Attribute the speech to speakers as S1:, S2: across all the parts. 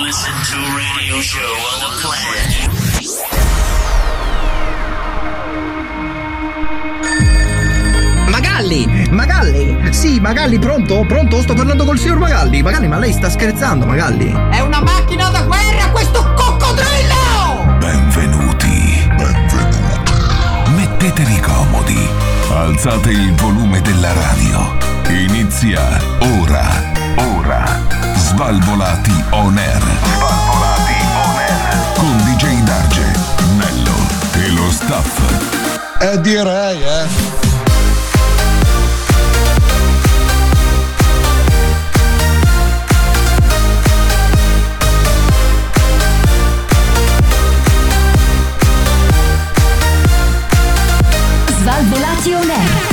S1: listen to radio show on the planet.
S2: Magalli!
S3: Magalli! Sì, Magalli, pronto? Pronto? Sto parlando col signor Magalli. Magalli, ma lei sta scherzando, Magalli?
S2: È una macchina da guerra questo coccodrillo!
S4: Benvenuti. Benvenuti. Mettetevi comodi. Alzate il volume della radio. Inizia ora. Ora. Svalvolati on air. Svalvolati on air. Con DJ Darge, Nello e lo staff.
S5: Eh direi, eh.
S6: Svalvolati on air.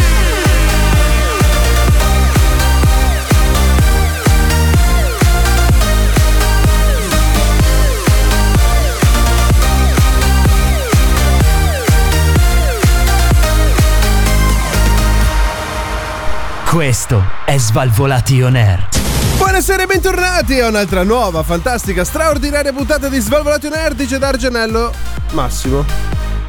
S7: Questo è Svalvolati On Air.
S8: Buonasera e bentornati a un'altra nuova, fantastica, straordinaria puntata di Svalvolati on Air di Gedar Genello Massimo.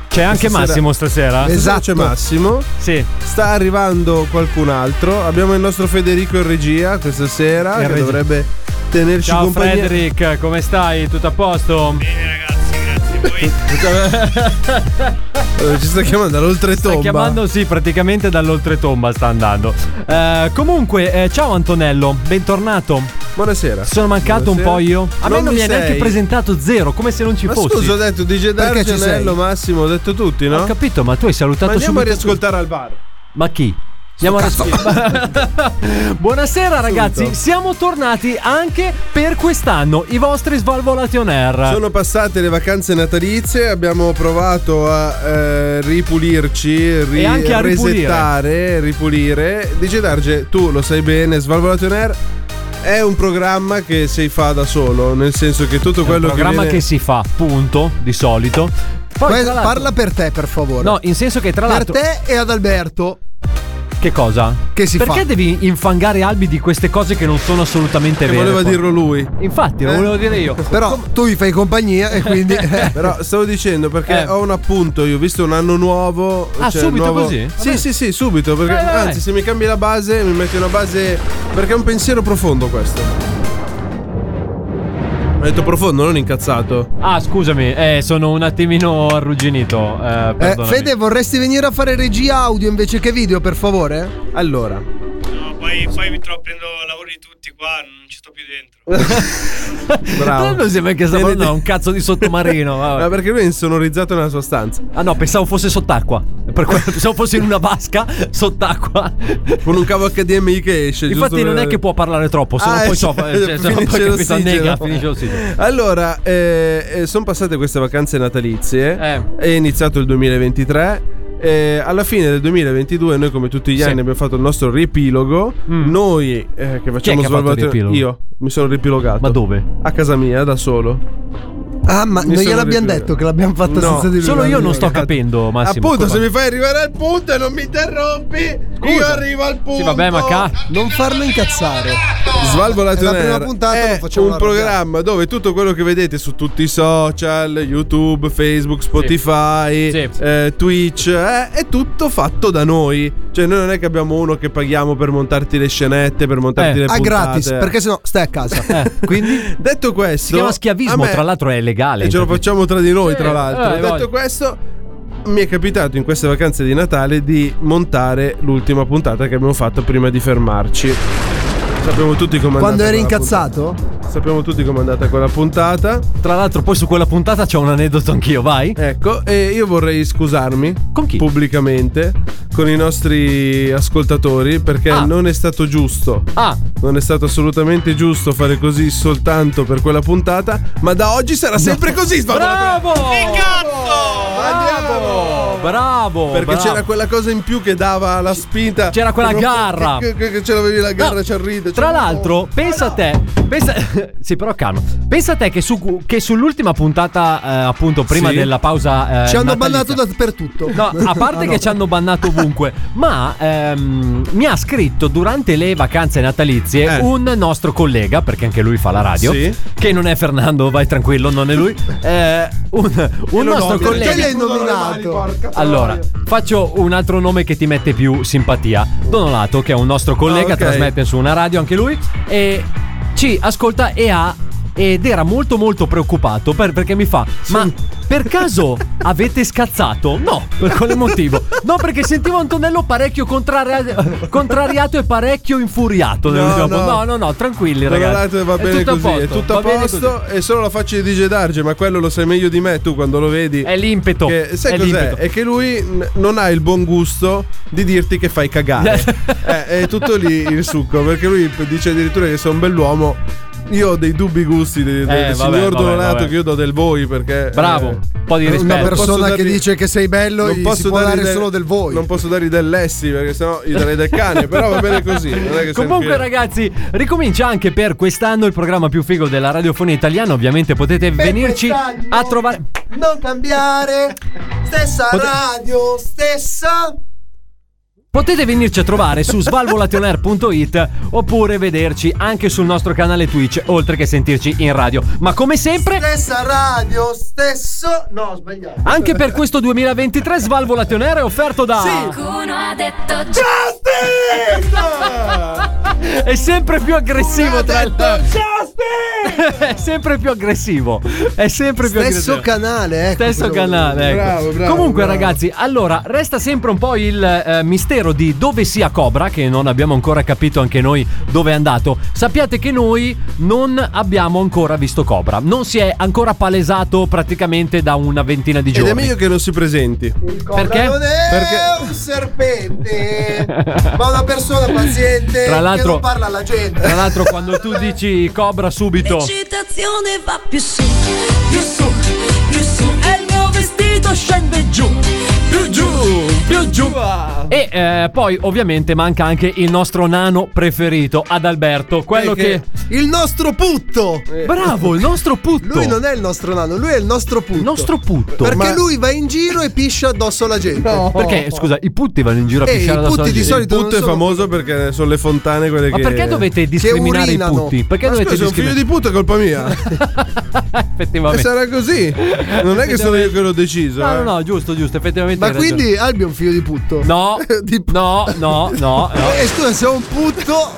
S9: C'è anche
S8: Stasera-
S9: Massimo stasera?
S8: Esatto. C'è Massimo.
S9: Sì.
S8: Sta arrivando qualcun altro. Abbiamo il nostro Federico in regia questa sera
S9: In
S8: che
S9: regia.
S8: dovrebbe tenerci
S9: Ciao
S8: compagnia.
S9: Frederick, come stai? Tutto a posto?
S8: Eh, Ci sta chiamando all'oltretomba.
S9: Sta chiamando, sì, praticamente dall'oltretomba sta andando. Eh, comunque, eh, ciao Antonello, bentornato.
S8: Buonasera.
S9: Sono mancato un
S8: Buonasera.
S9: po' io. A me
S8: Non
S9: non mi ha neanche
S8: sei.
S9: presentato zero, come se non ci
S8: Ma
S9: fossi.
S8: scusa, ho detto DJ
S3: Perché ci
S8: D'Argenello,
S3: sei?
S8: Massimo, ho detto tutti, no?
S9: Ho capito, ma tu hai
S8: Ma
S9: salutato
S8: andiamo a
S9: subito tutti.
S8: riascoltare al bar.
S9: Ma chi? Andiamo a ris- Buonasera ragazzi,
S8: Subito.
S9: siamo tornati anche per quest'anno, i vostri Svalvolati on Air.
S8: Sono passate le vacanze natalizie, abbiamo provato a eh, ripulirci, ri-
S9: E anche a ripulire.
S8: resettare, ripulire. Dice Darge, tu lo sai bene, Svalvolato on Air è un programma che si fa da solo, nel senso che tutto
S9: È un
S8: quello
S9: programma
S8: che
S9: che,
S8: viene...
S9: si fa, punto, di solito. Poi,
S3: Que-
S9: tra l'altro-
S3: parla per te, per favore.
S9: No, esatto. in senso che tra
S3: per
S9: l'altro...
S3: te e ad Alberto.
S9: Che cosa?
S3: Che si
S9: Perché
S3: fa?
S9: devi infangare Albi di queste cose che non sono assolutamente
S8: che
S9: vere?
S8: voleva
S9: poi?
S8: dirlo lui.
S9: Infatti, lo
S8: Eh?
S9: volevo dire io.
S3: Però tu gli fai compagnia e quindi.
S8: Però stavo dicendo perché
S9: Eh.
S8: ho un appunto, io ho visto un anno nuovo.
S9: Ah,
S8: cioè,
S9: subito
S8: nuovo-
S9: così?
S8: Sì,
S9: Vabbè. Eh,
S8: sì, sì, subito. Perché,
S9: Vai, vai, vai.
S8: anzi, se mi cambi la base, mi metti una base. Perché è un pensiero profondo questo. Ho detto profondo, non incazzato.
S9: Ah, scusami, eh, sono un attimino arrugginito. Eh,
S3: Eh,
S9: perdonami.
S3: Fede, vorresti venire a fare regia audio invece che video, per favore?
S8: Allora,
S10: Poi, poi mi trovo, prendo lavoro di tutti qua, non ci sto più dentro.
S9: Tra
S8: bravo.
S9: l'altro sembra che sta
S8: Viene-
S9: parlando a un cazzo di sottomarino. vabbè.
S8: Ma perché lui è insonorizzato nella sua stanza?
S9: Ah no, pensavo fosse sott'acqua. Per quello- pensavo fosse in una vasca sott'acqua.
S8: Con un cavo HDMI che esce.
S9: Infatti
S8: giusto
S9: non è
S8: per-
S9: che può parlare troppo, se no
S8: Ah,
S9: poi
S8: eh,
S9: soffa.
S8: eh,
S9: Cioè, se no poi
S8: finisce
S9: capito,
S8: l'ossigeno.
S9: annega, finisce l'ossigeno.
S8: Allora, sono passate queste vacanze natalizie.
S9: Eh.
S8: È iniziato il 2023. eh, alla fine del 2022, noi come tutti gli
S9: Sì.
S8: anni abbiamo fatto il nostro riepilogo.
S9: Mm.
S8: Noi eh, che
S9: Chi è
S8: facciamo
S9: che ha fatto il
S8: Svalvolation-
S9: riepilogo?
S8: Io mi sono riepilogato.
S9: Ma dove?
S8: A casa mia, da solo.
S3: Ah, ma
S8: Mi
S3: non
S8: sono
S3: gliel'abbiamo
S8: rifiutato.
S3: detto che l'abbiamo fatta
S8: No,
S3: senza di lui.
S9: Solo io non sto
S3: Riepilogato.
S9: capendo, Massimo.
S8: Appunto, se
S9: come-
S8: mi fai arrivare al punto e non mi interrompi, io
S9: Scusa.
S8: arrivo al punto.
S9: Sì, vabbè, ma ca-
S3: Non farlo incazzare.
S8: Svalvolato
S3: È la
S8: on
S3: prima
S8: Air
S3: puntata,
S8: è
S3: lo facciamo
S8: un
S3: arrabbiare.
S8: programma dove tutto quello che vedete su tutti i social, YouTube, Facebook, Spotify,
S9: Sì.
S8: eh, Twitch, eh, è tutto fatto da noi. Cioè noi non è che abbiamo uno che paghiamo per montarti le scenette, per montarti le
S9: Eh,
S3: Ah,
S8: puntate.
S3: gratis, perché sennò stai a casa.
S9: quindi
S8: Detto questo,
S9: si chiama schiavismo,
S8: a me-
S9: tra l'altro è legale.
S8: e ce lo
S9: interprete-
S8: facciamo tra di noi,
S9: Sì,
S8: tra l'altro.
S9: eh,
S8: Detto
S9: voglio.
S8: questo, mi è capitato in queste vacanze di Natale di montare l'ultima puntata che abbiamo fatto prima di fermarci. Sappiamo tutti com'è
S3: Quando
S8: andata
S3: eri
S8: quella
S3: incazzato?
S8: puntata. Sappiamo tutti com'è andata quella puntata.
S9: Tra l'altro poi su quella puntata c'ho un aneddoto anch'io, vai.
S8: Ecco, e io vorrei scusarmi
S9: Con chi?
S8: pubblicamente con i nostri ascoltatori perché
S9: Ah.
S8: non è stato giusto.
S9: Ah,
S8: Non è stato assolutamente giusto fare così soltanto per quella puntata, ma da oggi sarà sempre così. Svalvolatoio.
S9: bravo!
S10: Cazzo!
S8: Andiamo!
S9: Bravo!
S8: Perché
S9: bravo.
S8: c'era quella cosa in più che dava la spinta.
S9: c'era quella
S8: Che-
S9: garra.
S8: Che, che, che ce l'avevi la garra,
S9: No,
S8: ci arride.
S9: Tra
S8: cioè-
S9: l'altro, pensa a te. Pensa, sì, però calmo. Pensa a te che, su- che sull'ultima puntata, eh, appunto, prima
S8: Sì.
S9: della pausa. eh,
S11: Ci hanno
S9: natalizia-
S11: bannato dappertutto.
S9: No, a parte
S8: Ah,
S9: che ci hanno bannato ovunque, ma ehm, mi ha scritto durante le vacanze natalizie
S8: Eh.
S9: un nostro collega, perché anche lui fa la radio,
S8: Sì.
S9: che non è Fernando, vai tranquillo, non è lui, eh, un, un nostro
S8: nomina.
S9: collega.
S11: Perché l'hai nominato?
S9: Allora, faccio un altro nome che ti mette più simpatia. Donolato, che è un nostro collega,
S8: Ah, ok.
S9: trasmette su una radio anche lui, e ci ascolta e ha. Ed era molto molto preoccupato per- perché mi fa: Ma per caso avete scazzato? No, per quale motivo? No, perché sentivo Antonello parecchio contraria- contrariato e parecchio infuriato.
S8: No,
S9: nell'ultima
S8: no.
S9: puntata. no, no, no, tranquilli,
S8: Tra
S9: ragazzi.
S8: l'altro va bene
S9: tutto a
S8: così, è
S9: posto,
S8: tutto
S9: va
S8: a
S9: bene
S8: posto.
S9: così.
S8: È solo la faccia di DJ Darge, ma quello lo sai meglio di me tu quando lo vedi.
S9: È l'impeto.
S8: Che- sai
S9: è
S8: cos'è?
S9: l'impeto.
S8: È che lui mh, non ha il buon gusto di dirti che fai cagare. Eh, è tutto lì il succo, perché lui p- dice addirittura che sei un bell'uomo. Io ho dei dubbi gusti de- de- del
S9: Eh, vabbè,
S8: signor
S9: vabbè,
S8: Donato
S9: vabbè.
S8: che io do del voi perché...
S9: Bravo,
S8: eh,
S9: un po' di rispetto.
S11: Una
S8: posso
S11: persona
S8: dargli-
S11: che dice che sei bello gli si può dare
S8: del-
S11: solo del voi.
S8: Non posso dargli dell'essi perché sennò gli darei del cane, però va bene così. non è che sono
S9: Comunque,
S8: fiero.
S9: ragazzi, ricomincia anche per quest'anno il programma più figo della radiofonia italiana. Ovviamente potete venirci
S11: quest'anno.
S9: a trovare.
S11: Non cambiare. Stessa
S9: Potre-
S11: radio, stessa.
S9: Potete venirci a trovare su svalvolationer.it oppure vederci anche sul nostro canale Twitch, oltre che sentirci in radio. Ma come sempre.
S11: Stessa radio, stesso. No, ho sbagliato.
S9: Anche per questo 2023 Svalvolationer è offerto da
S6: Qualcuno ha detto già.
S9: Ah, È sempre più aggressivo tra È sempre più aggressivo. È sempre più aggressivo.
S11: Stesso canale, ecco.
S9: Stesso canale. ecco.
S8: Bravo, bravo,
S9: Comunque,
S8: bravo.
S9: ragazzi, allora resta sempre un po' il eh, mistero di dove sia Cobra, che non abbiamo ancora capito anche noi dove è andato. Sappiate che noi non abbiamo ancora visto Cobra, non si è ancora palesato praticamente da una ventina di
S8: Ed
S9: giorni.
S8: è meglio che non si presenti.
S9: Perché?
S11: Non è
S8: Perché-
S11: un serpente, ma una persona paziente
S9: Tra
S11: che
S9: l'altro-
S11: non parla alla gente.
S9: Tra l'altro, quando tu dici Cobra subito.
S6: L'eccitazione va più su, più su, più su. E il mio vestito scende giù, più giù.
S11: Uh,
S9: Più giù.
S11: ah,
S9: E eh, poi, ovviamente, manca anche il nostro nano preferito, Adalberto. Quello
S11: Eh,
S9: che.
S11: Il nostro putto.
S9: Bravo, il nostro putto.
S11: Lui non è il nostro nano, lui è il nostro putto.
S9: il nostro putto.
S11: Perché
S9: Esatto, Ma-
S11: lui va in giro e piscia addosso alla gente.
S9: Perché, scusa, i putti vanno in giro a
S11: Eh,
S9: pisciare
S11: i
S9: da
S11: putti
S9: soli.
S11: di
S8: Il
S11: solito non
S8: punto è
S11: sono-
S8: famoso perché sono le fontane quelle
S9: Ma
S8: che...
S9: perché dovete discriminare i
S11: urinano.
S9: putti? Perché
S8: Ma
S9: dovete
S8: scusa, un figlio
S9: discriminare?
S8: di puttana è colpa mia. E
S9: Effettivamente.
S8: sarà così. Non è che sono io che l'ho deciso.
S9: No,
S8: eh.
S9: no, no, giusto, giusto, effettivamente.
S11: Ma
S9: hai ragione.
S11: quindi Albi è un figlio di putto.
S9: No,
S11: Di-
S9: no, no, no, no.
S11: E scusa, se è un putto,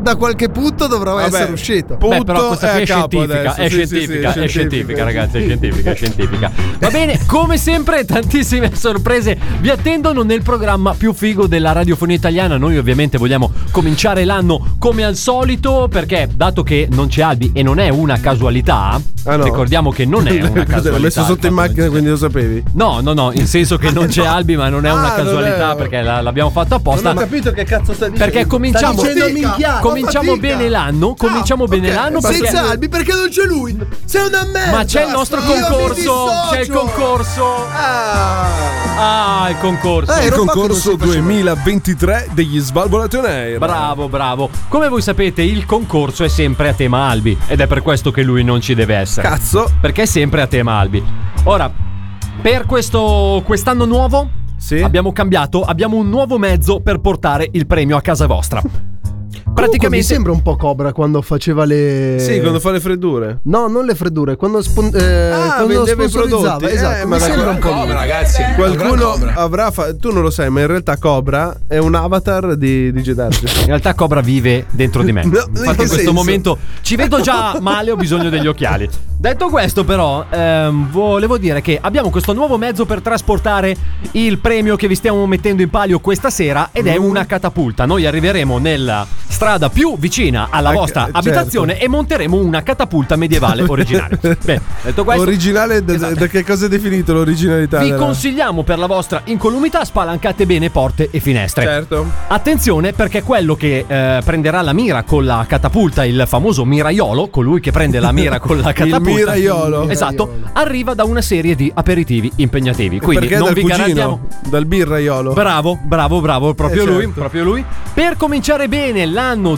S11: da qualche putto dovrà
S8: eh. Vabbè,
S11: essere uscito.
S8: punto
S9: Beh, però questa
S8: a
S9: qui è
S8: eh, capo
S9: scientifica,
S8: adesso.
S9: è,
S8: Sì, sì, sì,
S9: scientifica
S8: sì,
S9: è scientifica, ragazzi, è scientifica, è scientifica. Va bene, come sempre, tantissime sorprese vi attendono nel programma più figo della radiofonia italiana. Noi ovviamente vogliamo cominciare l'anno come al solito, perché dato che non c'è Albi e non è una casualità,
S8: Ah, no.
S9: ricordiamo che non è una
S8: Cos'è,
S9: casualità.
S8: L'ho messo sotto in
S9: il fatto
S8: macchina,
S9: che-
S8: quindi lo sapevi.
S9: No, no, no, in senso che non c'è Albi, ma non è una
S8: Ah, non è-
S9: casualità perché la- l'abbiamo fatto apposta.
S8: capito che cazzo stai
S9: Perché cominciamo,
S11: dicendo minchiate,
S9: cominciamo
S11: fatica.
S9: bene l'anno,
S8: Ah,
S9: cominciamo bene l'anno perché
S11: Senza Albi perché non c'è lui. Sei una merda.
S9: ma c'è il nostro
S11: Io mi
S9: concorso!
S11: dissocio.
S9: C'è il concorso!
S11: Ah,
S9: Ah, il concorso!
S11: Eh,
S8: Il
S11: ero qua che non si
S8: concorso
S11: faceva.
S8: 2023 degli Svalvolation Air.
S9: Bravo, bravo. Come voi sapete, il concorso è sempre a tema Albi ed è per questo che lui non ci deve essere.
S8: Cazzo.
S9: Perché è sempre a tema Albi. Ora, per questo quest'anno nuovo
S8: Sì.
S9: abbiamo cambiato, abbiamo un nuovo mezzo per portare il premio a casa vostra.
S11: Comunque mi
S9: Praticamente
S11: sembra un po' Cobra quando faceva le
S8: Sì, quando fa le freddure.
S11: No, non le freddure, quando, spon- eh, quando
S8: Ah, vendeva i
S11: sponsorizzava,
S8: prodotti.
S11: esatto,
S8: Eh, ma
S11: mi
S8: da
S11: sembra
S8: quella-
S11: un po' lui.
S5: ragazzi.
S8: Qualcuno avrà fa- Tu non lo sai, ma in realtà Cobra è un avatar di, di Gedarge.
S9: In realtà Cobra vive dentro di me.
S8: No, in
S9: Infatti in
S8: che
S9: questo
S8: senso?
S9: momento ci vedo già male, ho bisogno degli occhiali. Detto questo però, ehm, volevo dire che abbiamo questo nuovo mezzo per trasportare
S8: Mm.
S9: il premio che vi stiamo mettendo in palio questa sera ed è una catapulta. Noi arriveremo nella strada più vicina alla
S8: Anche-
S9: vostra
S8: certo.
S9: abitazione e monteremo una catapulta medievale originale. Bene, detto questo,
S8: Originale, da, da che cosa è definito l'originalità?
S9: Esatto. vi
S8: della-
S9: consigliamo per la vostra incolumità spalancate bene porte e finestre.
S8: Certo.
S9: Attenzione perché quello che eh, prenderà la mira con la catapulta, il famoso miraiolo, colui che prende la mira con la
S8: Il
S9: catapulta.
S8: miraiolo.
S9: Esatto, arriva da una serie di aperitivi impegnativi. Quindi
S8: Perché
S9: non
S8: dal
S9: vi
S8: cugino,
S9: garantiamo
S8: dal birraiolo.
S9: Bravo, bravo, bravo, proprio
S8: Eh,
S9: lui,
S8: certo.
S9: proprio lui. Per cominciare bene l'anno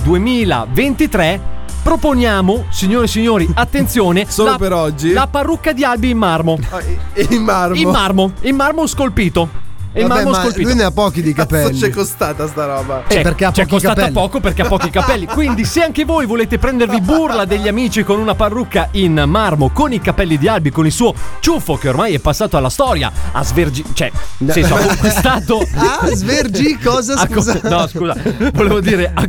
S9: 2023 proponiamo, signore e signori, attenzione,
S8: Solo
S9: la,
S8: per oggi?
S9: la parrucca di Albi in marmo.
S8: Ah, e- e in marmo.
S9: In marmo, in marmo scolpito. In
S11: Vabbè,
S9: marmo
S11: ma
S9: scolpito.
S11: lui ne ha pochi di
S8: Cazzo c'è
S11: capelli.
S8: costata sta roba?
S9: C'è,
S11: perché ha
S9: c'è
S11: pochi
S9: costata
S11: capelli.
S9: Cioè, poco perché ha pochi capelli. Quindi, se anche voi volete prendervi burla degli amici con una parrucca in marmo, con i capelli di Albi, con il suo ciuffo che ormai è passato alla storia, ha svergi. cioè, nel senso, ha conquistato.
S11: Ah, svergi cosa
S9: ha con-
S11: scusa?
S9: no, scusa, volevo dire, ha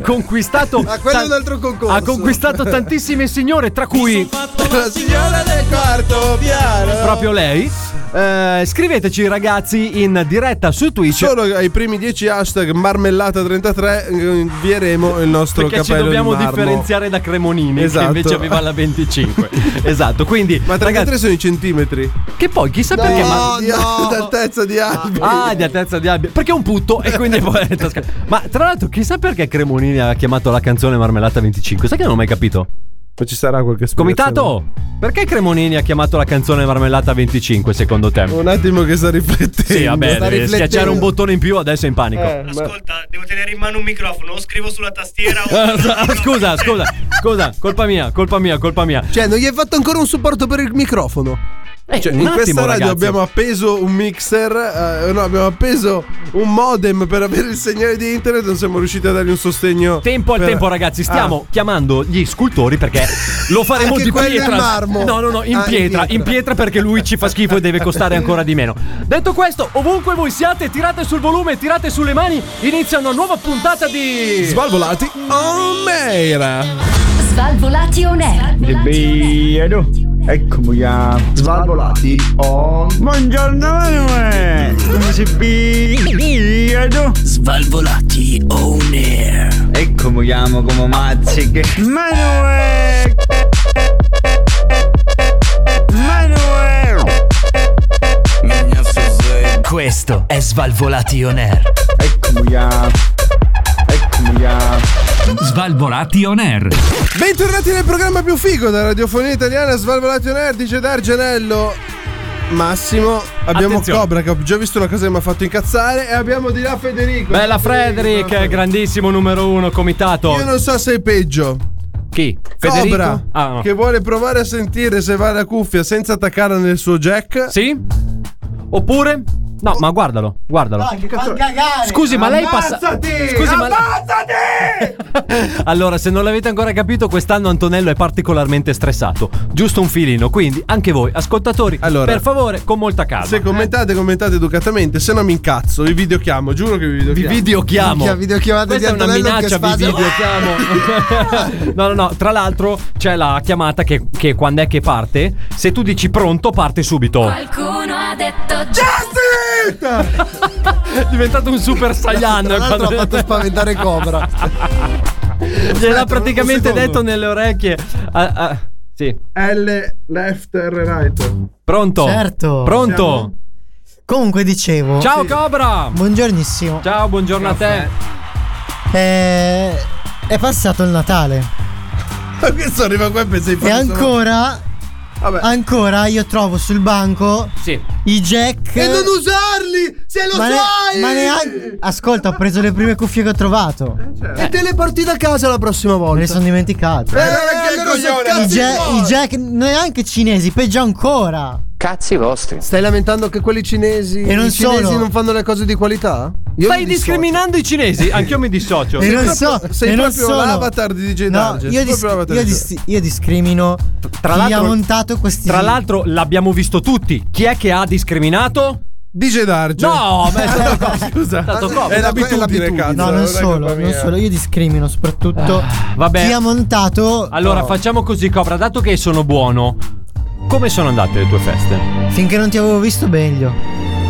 S9: conquistato.
S11: Ma quello è un altro concorso.
S9: Ha conquistato tantissime signore, tra cui
S8: La signora del quarto piano.
S9: proprio lei. Eh, scriveteci, ragazzi, in diretta su Twitch.
S8: Solo ai primi 10 hashtag marmellata33 invieremo il nostro
S9: Perché ci
S8: capello di
S9: dobbiamo
S8: marmo.
S9: differenziare da Cremonini
S8: Esatto.
S9: che invece aveva la 25. esatto, quindi
S8: Ma 33
S9: ragazzi,
S8: sono i centimetri.
S9: che poi chissà perché ma
S8: Di- D'altezza di albi.
S9: Ah, di altezza di Albi. Perché è un putto e quindi poi è in tasca. Ma tra l'altro, chissà perché Cremonini ha chiamato la canzone Marmellata 25. Sai che non ho mai capito?
S8: Ma ci sarà qualche spiegazione.
S9: Comitato, perché Cremonini ha chiamato la canzone Marmellata 25 secondo te?
S8: Un attimo che sta riflettendo.
S9: Sì, vabbè,
S11: sta
S9: deve
S11: riflettendo.
S9: schiacciare un bottone in più adesso è in panico.
S8: Eh, ma-
S10: Ascolta, devo tenere in mano un microfono, o scrivo sulla tastiera o...
S9: Ah, scusa, scusa, scusa, colpa mia, colpa mia, colpa mia.
S11: Cioè, non gli hai fatto ancora un supporto per il microfono.
S9: Eh,
S8: cioè,
S9: un
S8: in
S9: attimo,
S8: questa radio
S9: ragazzi.
S8: abbiamo appeso un mixer, eh, no, abbiamo appeso un modem per avere il segnale di internet, non siamo riusciti a dargli un sostegno.
S9: Tempo al
S8: per-
S9: tempo, ragazzi, stiamo chiamando gli scultori perché lo faremo
S11: Anche
S9: di
S11: quelli in
S9: pietra.
S11: marmo.
S9: No, no, no, in
S11: Ah, in
S9: pietra, in
S11: pietra.
S9: pietra perché lui ci fa schifo e deve costare ancora di meno. Detto questo, ovunque voi siate, tirate sul volume, tirate sulle mani, inizia una nuova puntata di
S8: Svalvolati on air.
S12: Svalvolati on air.
S5: Eccomi a Svalvolati on Buongiorno Manuel Come si piedo
S1: Svalvolati on air.
S5: Eccomi chiamo come mazziche Manuel Manuel
S7: Questo è Svalvolati On Air.
S5: Eccomi a Eccomi a
S7: Svalvolati On Air.
S8: Bentornati nel programma più figo della radiofonia italiana Svalvolati on air, dice D'Argenello Massimo, abbiamo
S9: Attenzione.
S8: Cobra che ho già visto una cosa che mi ha fatto incazzare e abbiamo di là Federico.
S9: Bella
S8: Federico,
S9: Frederick, grandissimo numero uno, comitato.
S8: Io non so se è peggio.
S9: Chi?
S8: Cobra
S9: Ah, no.
S8: che vuole provare a sentire se va la cuffia senza attaccare nel suo jack.
S9: Sì? Oppure? No, ma guardalo, guardalo. Scusi, ma lei passa. Scusi, ma. allora, se non l'avete ancora capito, quest'anno Antonello è particolarmente stressato. Giusto un filino. Quindi, anche voi, ascoltatori,
S8: Allora.
S9: per favore, con molta calma.
S8: Se commentate, commentate educatamente, se no mi incazzo, vi videochiamo, giuro che vi
S9: Vi
S8: videochiamo.
S9: videochiamo.
S11: Minchia, videochiamata
S9: Questa
S11: di
S9: è una
S11: Antonello che
S9: minaccia, vi
S11: sfasa.
S9: videochiamo. no, no, no. Tra l'altro, c'è la chiamata che, che quando è che parte, se tu dici pronto, parte subito.
S12: Qualcuno ha detto già.
S9: È diventato un super saiyan.
S11: Tra l'altro ha
S9: quando-
S11: fatto spaventare Cobra.
S9: Gliel'ha praticamente
S8: un secondo.
S9: detto nelle orecchie. Ah, ah, sì.
S8: L left R right.
S9: Pronto?
S13: Certo.
S9: Pronto?
S8: Siamo?
S13: Comunque dicevo.
S9: Ciao Cobra!
S13: Buongiornissimo.
S9: Ciao, buongiorno a te.
S13: Eh, è passato il Natale.
S8: Ma questo arriva qua e pensa di
S13: E
S8: fare solo-
S13: ancora.
S8: Vabbè.
S13: Ancora io trovo sul banco
S9: Sì.
S13: i jack.
S8: E non usarli! Se lo
S13: ma, ne-
S8: sai!
S13: ma neanche. Ascolta, ho preso le prime cuffie che ho trovato. Me
S11: E te le porti da casa la prossima
S13: le
S11: volta.
S13: sono dimenticate.
S8: Eh, allora che coglione!
S13: I, ja- i jack neanche cinesi, peggio ancora.
S11: Stai lamentando che quelli cinesi
S13: E non
S11: i cinesi
S13: solo.
S11: non fanno le cose di qualità? Io
S9: Stai
S11: mi dissocio.
S9: discriminando i cinesi? Anch'io mi dissocio.
S13: E non so.
S8: sei
S13: e non
S8: proprio
S13: solo.
S8: l'avatar di DJ
S13: No,
S8: Darge,
S13: io,
S8: sei proprio
S13: dis-
S8: l'avatar
S13: io
S8: di
S13: dis- io discrimino
S9: Tra
S13: chi ha
S9: l'altro-
S13: montato questi
S9: Tra l'altro l'abbiamo visto tutti. Chi è che ha discriminato?
S8: DJ Darge.
S9: No, ma è stato Cobra.
S8: Cioè- scusa.
S9: È stato
S8: È
S9: Cobra.
S8: l'abitudine,
S11: l'abitudine.
S8: cazzo.
S13: No, non
S8: è
S13: solo,
S8: colpa
S13: non
S8: mia.
S13: solo, io discrimino soprattutto
S9: Ah, vabbè.
S13: chi ha montato
S9: Allora facciamo così Cobra, dato che sono buono. Come sono andate le tue feste?
S13: finché non ti avevo visto meglio.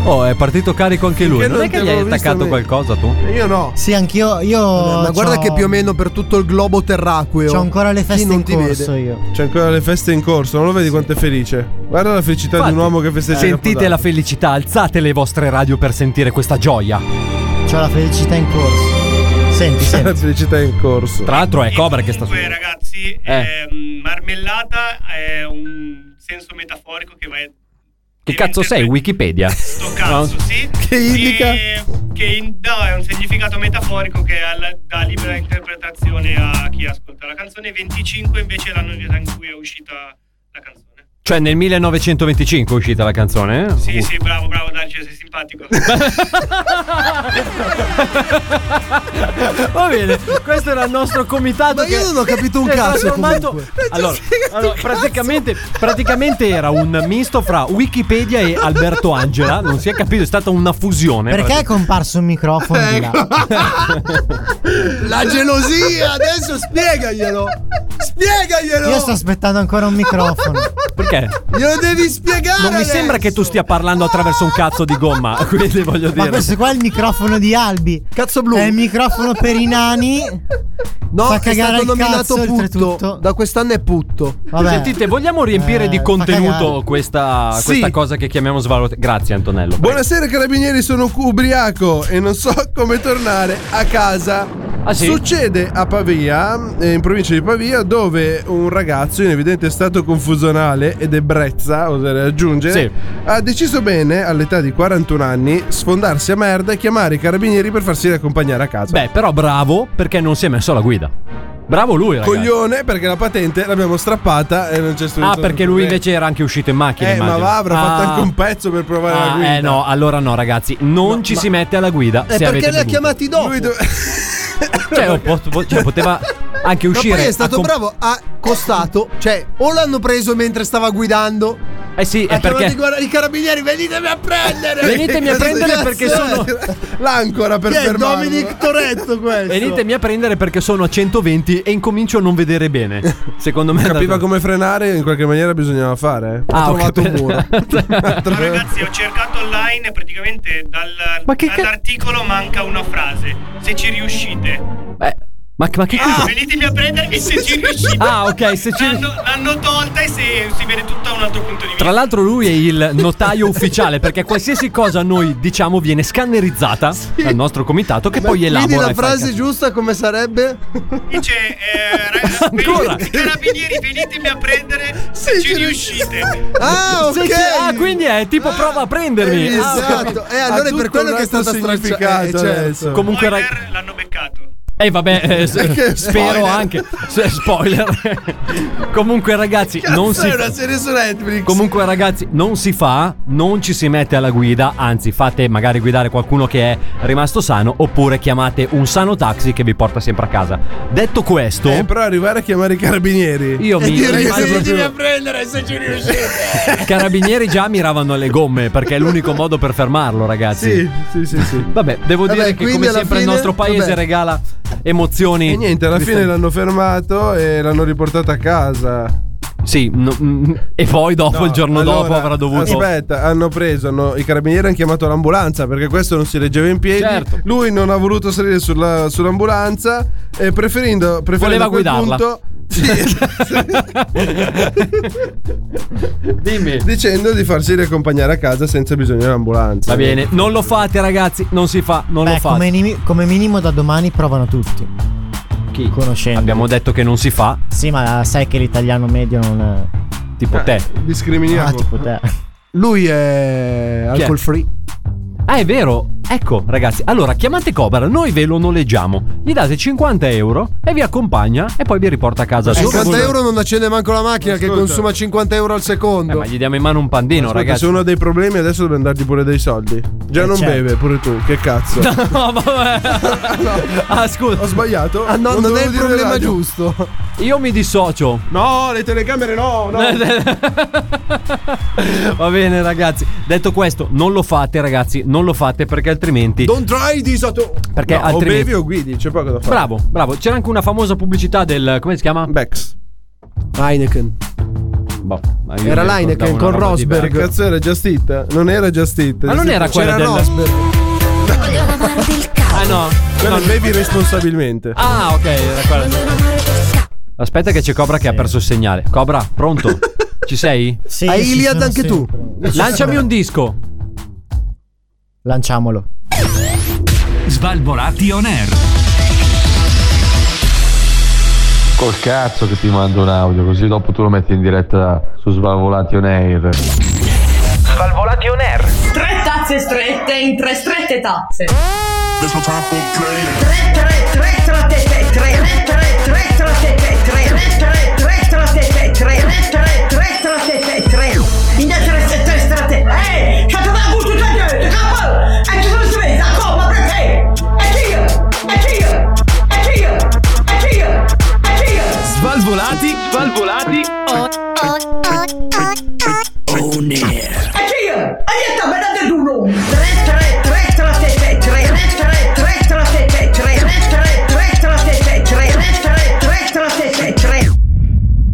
S9: Oh, è partito carico anche lui.
S13: Finché
S9: Non
S13: non
S9: è
S13: ti
S9: che gli hai
S13: avevo visto
S9: attaccato
S13: me-
S9: qualcosa tu?
S8: Io no.
S13: Sì, anch'io. Io.
S14: Ma guarda che più o meno per tutto il globo terracqueo.
S13: C'ho ancora le
S14: chi
S13: feste
S14: non
S13: in
S14: ti
S13: corso
S14: vede?
S13: io.
S8: C'è ancora le feste in corso, non lo vedi quanto è felice? Guarda la felicità di un uomo che festeggia.
S9: Sentite la felicità, alzate le vostre radio per sentire questa gioia.
S13: C'ho la felicità in corso. Senti, senti.
S8: la felicità in corso.
S9: Tra l'altro è Cobra che sta
S10: Comunque, ragazzi,
S9: Eh.
S10: ehm, marmellata è un senso metaforico che va
S9: Che cazzo sei? Wikipedia?
S10: Sto cazzo,
S9: No?
S10: sì.
S9: Che indica?
S10: Che, che in- no, è un significato metaforico che alla- dà libera interpretazione a chi ascolta la canzone. 25 invece è l'anno in cui è uscita.
S9: Cioè nel 1925 è uscita la canzone? eh?
S10: Sì, sì, bravo, bravo, Darci, sei simpatico.
S9: Va bene, questo era il nostro comitato.
S14: Ma
S9: che
S14: io non ho capito un
S9: è
S14: cazzo,
S9: trasformato-
S14: comunque. Non ci ho
S9: Allora,
S14: spiegato
S9: allora,
S14: un cazzo.
S9: praticamente, praticamente era un misto fra Wikipedia e Alberto Angela. Non si è capito, è stata una fusione.
S13: Perché è
S9: praticamente.
S13: comparso un microfono di là?
S14: Ecco. La gelosia, adesso spiegaglielo. Spiegaglielo.
S13: Io sto aspettando ancora un microfono.
S9: Perché?
S14: Glielo devi spiegare.
S9: Non mi sembra che tu stia parlando attraverso un cazzo di gomma. Quindi voglio
S13: Ma
S9: dire.
S13: questo qua è il microfono di Albi. Cazzo blu. È il microfono per i nani.
S14: No,
S13: Fa
S14: è
S13: cagare
S14: stato
S13: il
S14: nominato
S13: cazzo,
S14: putto. Da quest'anno è putto.
S9: Sentite, vogliamo riempire
S14: Eh,
S9: di
S14: fa
S9: contenuto
S14: cagare.
S9: questa,
S14: Sì.
S9: questa cosa che chiamiamo svalutazione? Grazie, Antonello.
S8: Buonasera carabinieri, sono ubriaco e non so come tornare a casa.
S9: Ah, sì?
S8: Succede a Pavia, eh, in provincia di Pavia, dove un ragazzo in evidente stato confusionale ed ebbrezza, oserei aggiungere,
S9: Sì.
S8: ha deciso bene, all'età di 41 anni, sfondarsi a merda e chiamare i carabinieri per farsi accompagnare a casa.
S9: Beh, però bravo perché non si è messo alla guida. Bravo lui, ragazzi.
S8: Coglione, perché la patente l'abbiamo strappata e non c'è stato
S9: Ah,
S8: nessun
S9: perché lui
S8: problema.
S9: invece era anche uscito in macchina.
S8: Eh, ma
S9: immagino.
S8: va, avrà fatto
S9: Ah.
S8: anche un pezzo per provare la
S9: Ah,
S8: guida.
S9: eh no, allora no, ragazzi, non ci si mette alla guida.
S14: Eh,
S9: se avete
S14: perché li ha chiamati
S9: bevuto.
S14: dopo?
S9: Cioè, o pot- po- cioè, poteva anche uscire.
S14: Ma poi è
S9: a
S14: stato
S9: comp-
S14: bravo, ha costato. Cioè, o l'hanno preso mentre stava guidando.
S9: Eh sì,
S14: ha
S9: è
S14: chiamato
S9: perché-
S14: i guarda- i carabinieri, venitemi a prendere.
S9: Venitemi a prendere perché sono.
S8: L'ancora per
S14: Chi è
S8: fermarlo.
S14: Dominic Toretto questo.
S9: Venitemi a prendere perché sono a 120 e incomincio a non vedere bene. Secondo me.
S8: Capiva come frenare, in qualche maniera bisognava fare. eh.
S9: Ah,
S8: ha
S9: ho
S8: trovato un
S9: capito.
S8: muro.
S9: Eh.
S10: Ragazzi, ho cercato online praticamente dal- dall'articolo manca una frase. Se ci riuscite.
S9: Ma, ma che
S10: Ah,
S9: cosa?
S10: venitemi a prendermi se ci riuscite.
S9: Ah, ok, se ci-
S10: L'hanno, l'hanno tolta e se- si vede tutto da un altro punto di vista.
S9: Tra l'altro lui è il notaio ufficiale perché qualsiasi cosa noi diciamo viene scannerizzata dal nostro comitato che poi elabora.
S14: Quindi la
S9: e fa il
S14: frase
S9: cazzo.
S14: giusta come sarebbe?
S10: Dice, eh, ragazzi,
S9: Ancora?
S10: venite- carabinieri, venitemi a prendere se ci riuscite.
S14: Ah,
S9: Se
S14: ok.
S9: ci- ah, quindi è tipo prova a prendermi. Ah, ho capito.
S14: Esatto. E allora è per quello che è stata stracciata. Eh, certo.
S9: Comunque l'hanno beccato. E vabbè, eh, s-
S14: Perché
S9: spero
S14: spoiler.
S9: anche. s- spoiler. Comunque, ragazzi, non si.
S8: è una serie su Netflix.
S9: Comunque, ragazzi, non si fa, non ci si mette alla guida. Anzi, fate magari guidare qualcuno che è rimasto sano, oppure chiamate un sano taxi che vi porta sempre a casa. Detto questo,
S8: Eh, però arrivare a chiamare i carabinieri.
S9: Io mi-
S8: rimango
S9: Sì,
S8: proprio-
S10: prendere se ci riuscite.
S9: i carabinieri già miravano alle gomme, perché è l'unico modo per fermarlo, ragazzi.
S8: Sì, sì, sì, sì.
S9: Vabbè, devo
S8: Vabbè,
S9: dire che
S8: quindi
S9: come
S8: alla
S9: sempre il
S8: fine-
S9: nostro paese
S8: vabbè.
S9: regala emozioni.
S8: E niente, alla fine
S9: differenti.
S8: l'hanno fermato e l'hanno riportato a casa.
S9: Sì, no, mm, e poi dopo,
S8: No,
S9: il giorno dopo,
S8: allora,
S9: avrà dovuto.
S8: Aspetta, hanno preso. hanno- I carabinieri hanno chiamato l'ambulanza perché questo non si reggeva in piedi.
S9: Certo.
S8: Lui non ha voluto salire sulla- Eh, sull'ambulanza, e preferendo, preferendo
S9: Voleva
S8: a quel
S9: guidarla.
S8: punto.
S9: Dimmi.
S8: Dicendo di farsi riaccompagnare a casa senza bisogno dell'ambulanza.
S9: Va bene, non lo fate, ragazzi, non si fa, non lo
S13: Beh,
S9: fate.
S13: come, nimi- come minimo da domani provano tutti.
S9: Chi? Abbiamo detto che non si fa,
S13: Sì, ma sai che l'italiano medio non. è-
S9: tipo te.
S8: Discriminiamo.
S13: Ah, tipo te.
S14: Lui è
S9: Chi è? Eh,
S14: alcol free.
S9: Ah, è vero. Ecco, ragazzi, allora chiamate Cobra, noi ve lo noleggiamo. Gli date 50 euro e vi accompagna e poi vi riporta a casa. Solo
S14: 50
S9: con-
S14: euro non accende manco la macchina che consuma 50 euro al secondo.
S9: Eh, ma gli diamo in mano un pandino,
S8: Aspetta,
S9: ragazzi.
S8: se uno ha dei problemi adesso deve andarti pure dei soldi. Già
S14: Eh,
S8: non
S14: certo.
S8: beve pure tu, che cazzo.
S9: No, vabbè. Ah, scusa.
S8: Ho sbagliato.
S14: Ah, no, non, è
S8: dovevo
S14: il
S8: dire
S14: problema
S8: l'altro.
S14: giusto.
S9: Io mi dissocio.
S8: No, le telecamere no, no.
S9: Va bene, ragazzi. Detto questo, non lo fate, ragazzi. Non lo fate perché altrimenti.
S14: Don't try this at all.
S9: Perché
S8: No, oh,
S9: altrimenti.
S8: O bevi o guidi, c'è poco da fare.
S9: Bravo, bravo. C'era anche una famosa pubblicità del. come si chiama?
S8: Bex.
S14: Heineken.
S9: Boh, ma io
S8: Era
S9: mi
S8: Lineker
S9: ricordavo
S8: con
S9: una roba
S8: Rosberg.
S9: diversa.
S8: cazzo era Just It? Non era Just It.
S9: Ma non era quella della- Ah no.
S8: Quella bevi responsabilmente.
S9: Ah, ok, era quella. Aspetta che c'è Cobra che ha perso il segnale. Cobra, pronto? Ci sei?
S13: Sì, Hai ci Iliad sono anche tu? sempre.
S9: Lanciami un disco.
S13: Lanciamolo.
S7: Svalvolati on air.
S15: Col cazzo che ti mando un audio, così dopo tu lo metti in diretta su Svalvolati on Air.
S16: Svalvolati on air.
S17: Tre tazze strette in tre strette tazze. Tre tre tre tratte tre tre tre tre tratte tre tre tre tre tratte tre tre tre tre tratte tre tre. In tre tre tre tratte. Ehi, c'è da gusto gente, capo. E ci sono spesa, come perché? E io, e io, e io, e io, e io.
S7: Svalvolati,
S1: svalvolati. On air.
S17: E chi è? Aietta, me date tu no! 3 3 3 tra te te 3 3 3 tra te te 3 3 3 tra te te 3 3 3 tra te te 3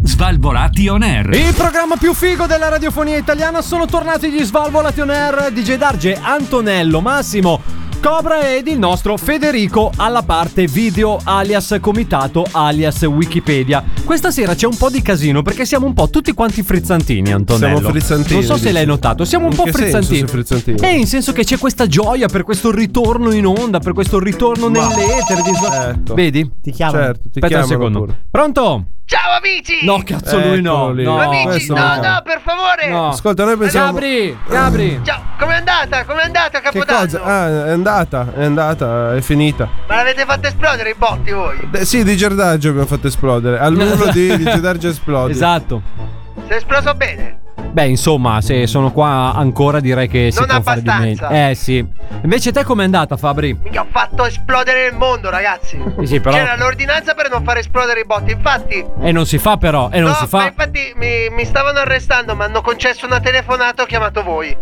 S7: Svalvolati on air.
S9: Il programma più figo della radiofonia italiana sono tornati gli Svalvolati on air DJ Darge, Antonello, Massimo, Cobra ed il nostro Federico alla parte video alias comitato alias Wikipedia. Questa sera c'è un po' di casino perché siamo un po' tutti quanti frizzantini, Antonello.
S8: Siamo frizzantini,
S9: Non so se
S8: dici.
S9: l'hai notato, siamo un
S8: In
S9: po'
S8: che senso
S9: frizzantini.
S8: sei frizzantino?
S9: Eh, in senso che c'è questa gioia per questo ritorno in onda, per questo ritorno nell'etere di Sval-
S8: Certo.
S9: Vedi?
S8: Ti chiamano. Certo, ti
S9: Aspetta un
S8: chiamano
S9: secondo.
S8: pure.
S9: Pronto?
S16: Ciao amici!
S9: No, cazzo, lui no.
S8: Eccolo lì.
S9: no.
S8: Amici,
S9: questo
S8: no,
S16: No, per favore!
S9: No.
S8: Ascolta, noi pensiamo.
S9: Gabri, Gabri.
S16: Ciao, com'è andata? Com'è andata
S8: Che
S16: Capodanno?
S8: cosa? Ah, è andata, è andata, è finita.
S16: Ma l'avete fatta esplodere i botti voi?
S8: Eh, sì, di Gerdaggio abbiamo fatto esplodere. All'uno di, di Gerdaggio esplode.
S9: Esatto.
S16: Si è esploso bene?
S9: Beh, insomma, se sono qua ancora direi che si
S16: Non
S9: può fare di meglio.
S16: abbastanza.
S9: Eh sì. Invece te com'è andata, Fabri?
S16: Minchia, ho fatto esplodere il mondo, ragazzi!
S9: Sì, sì, però-
S16: C'era l'ordinanza per non far esplodere i botti, infatti.
S9: E non si fa però, e non
S16: no,
S9: si
S16: ma
S9: fa.
S16: infatti mi, mi stavano arrestando, mi hanno concesso una telefonata, ho chiamato voi.
S8: Ah,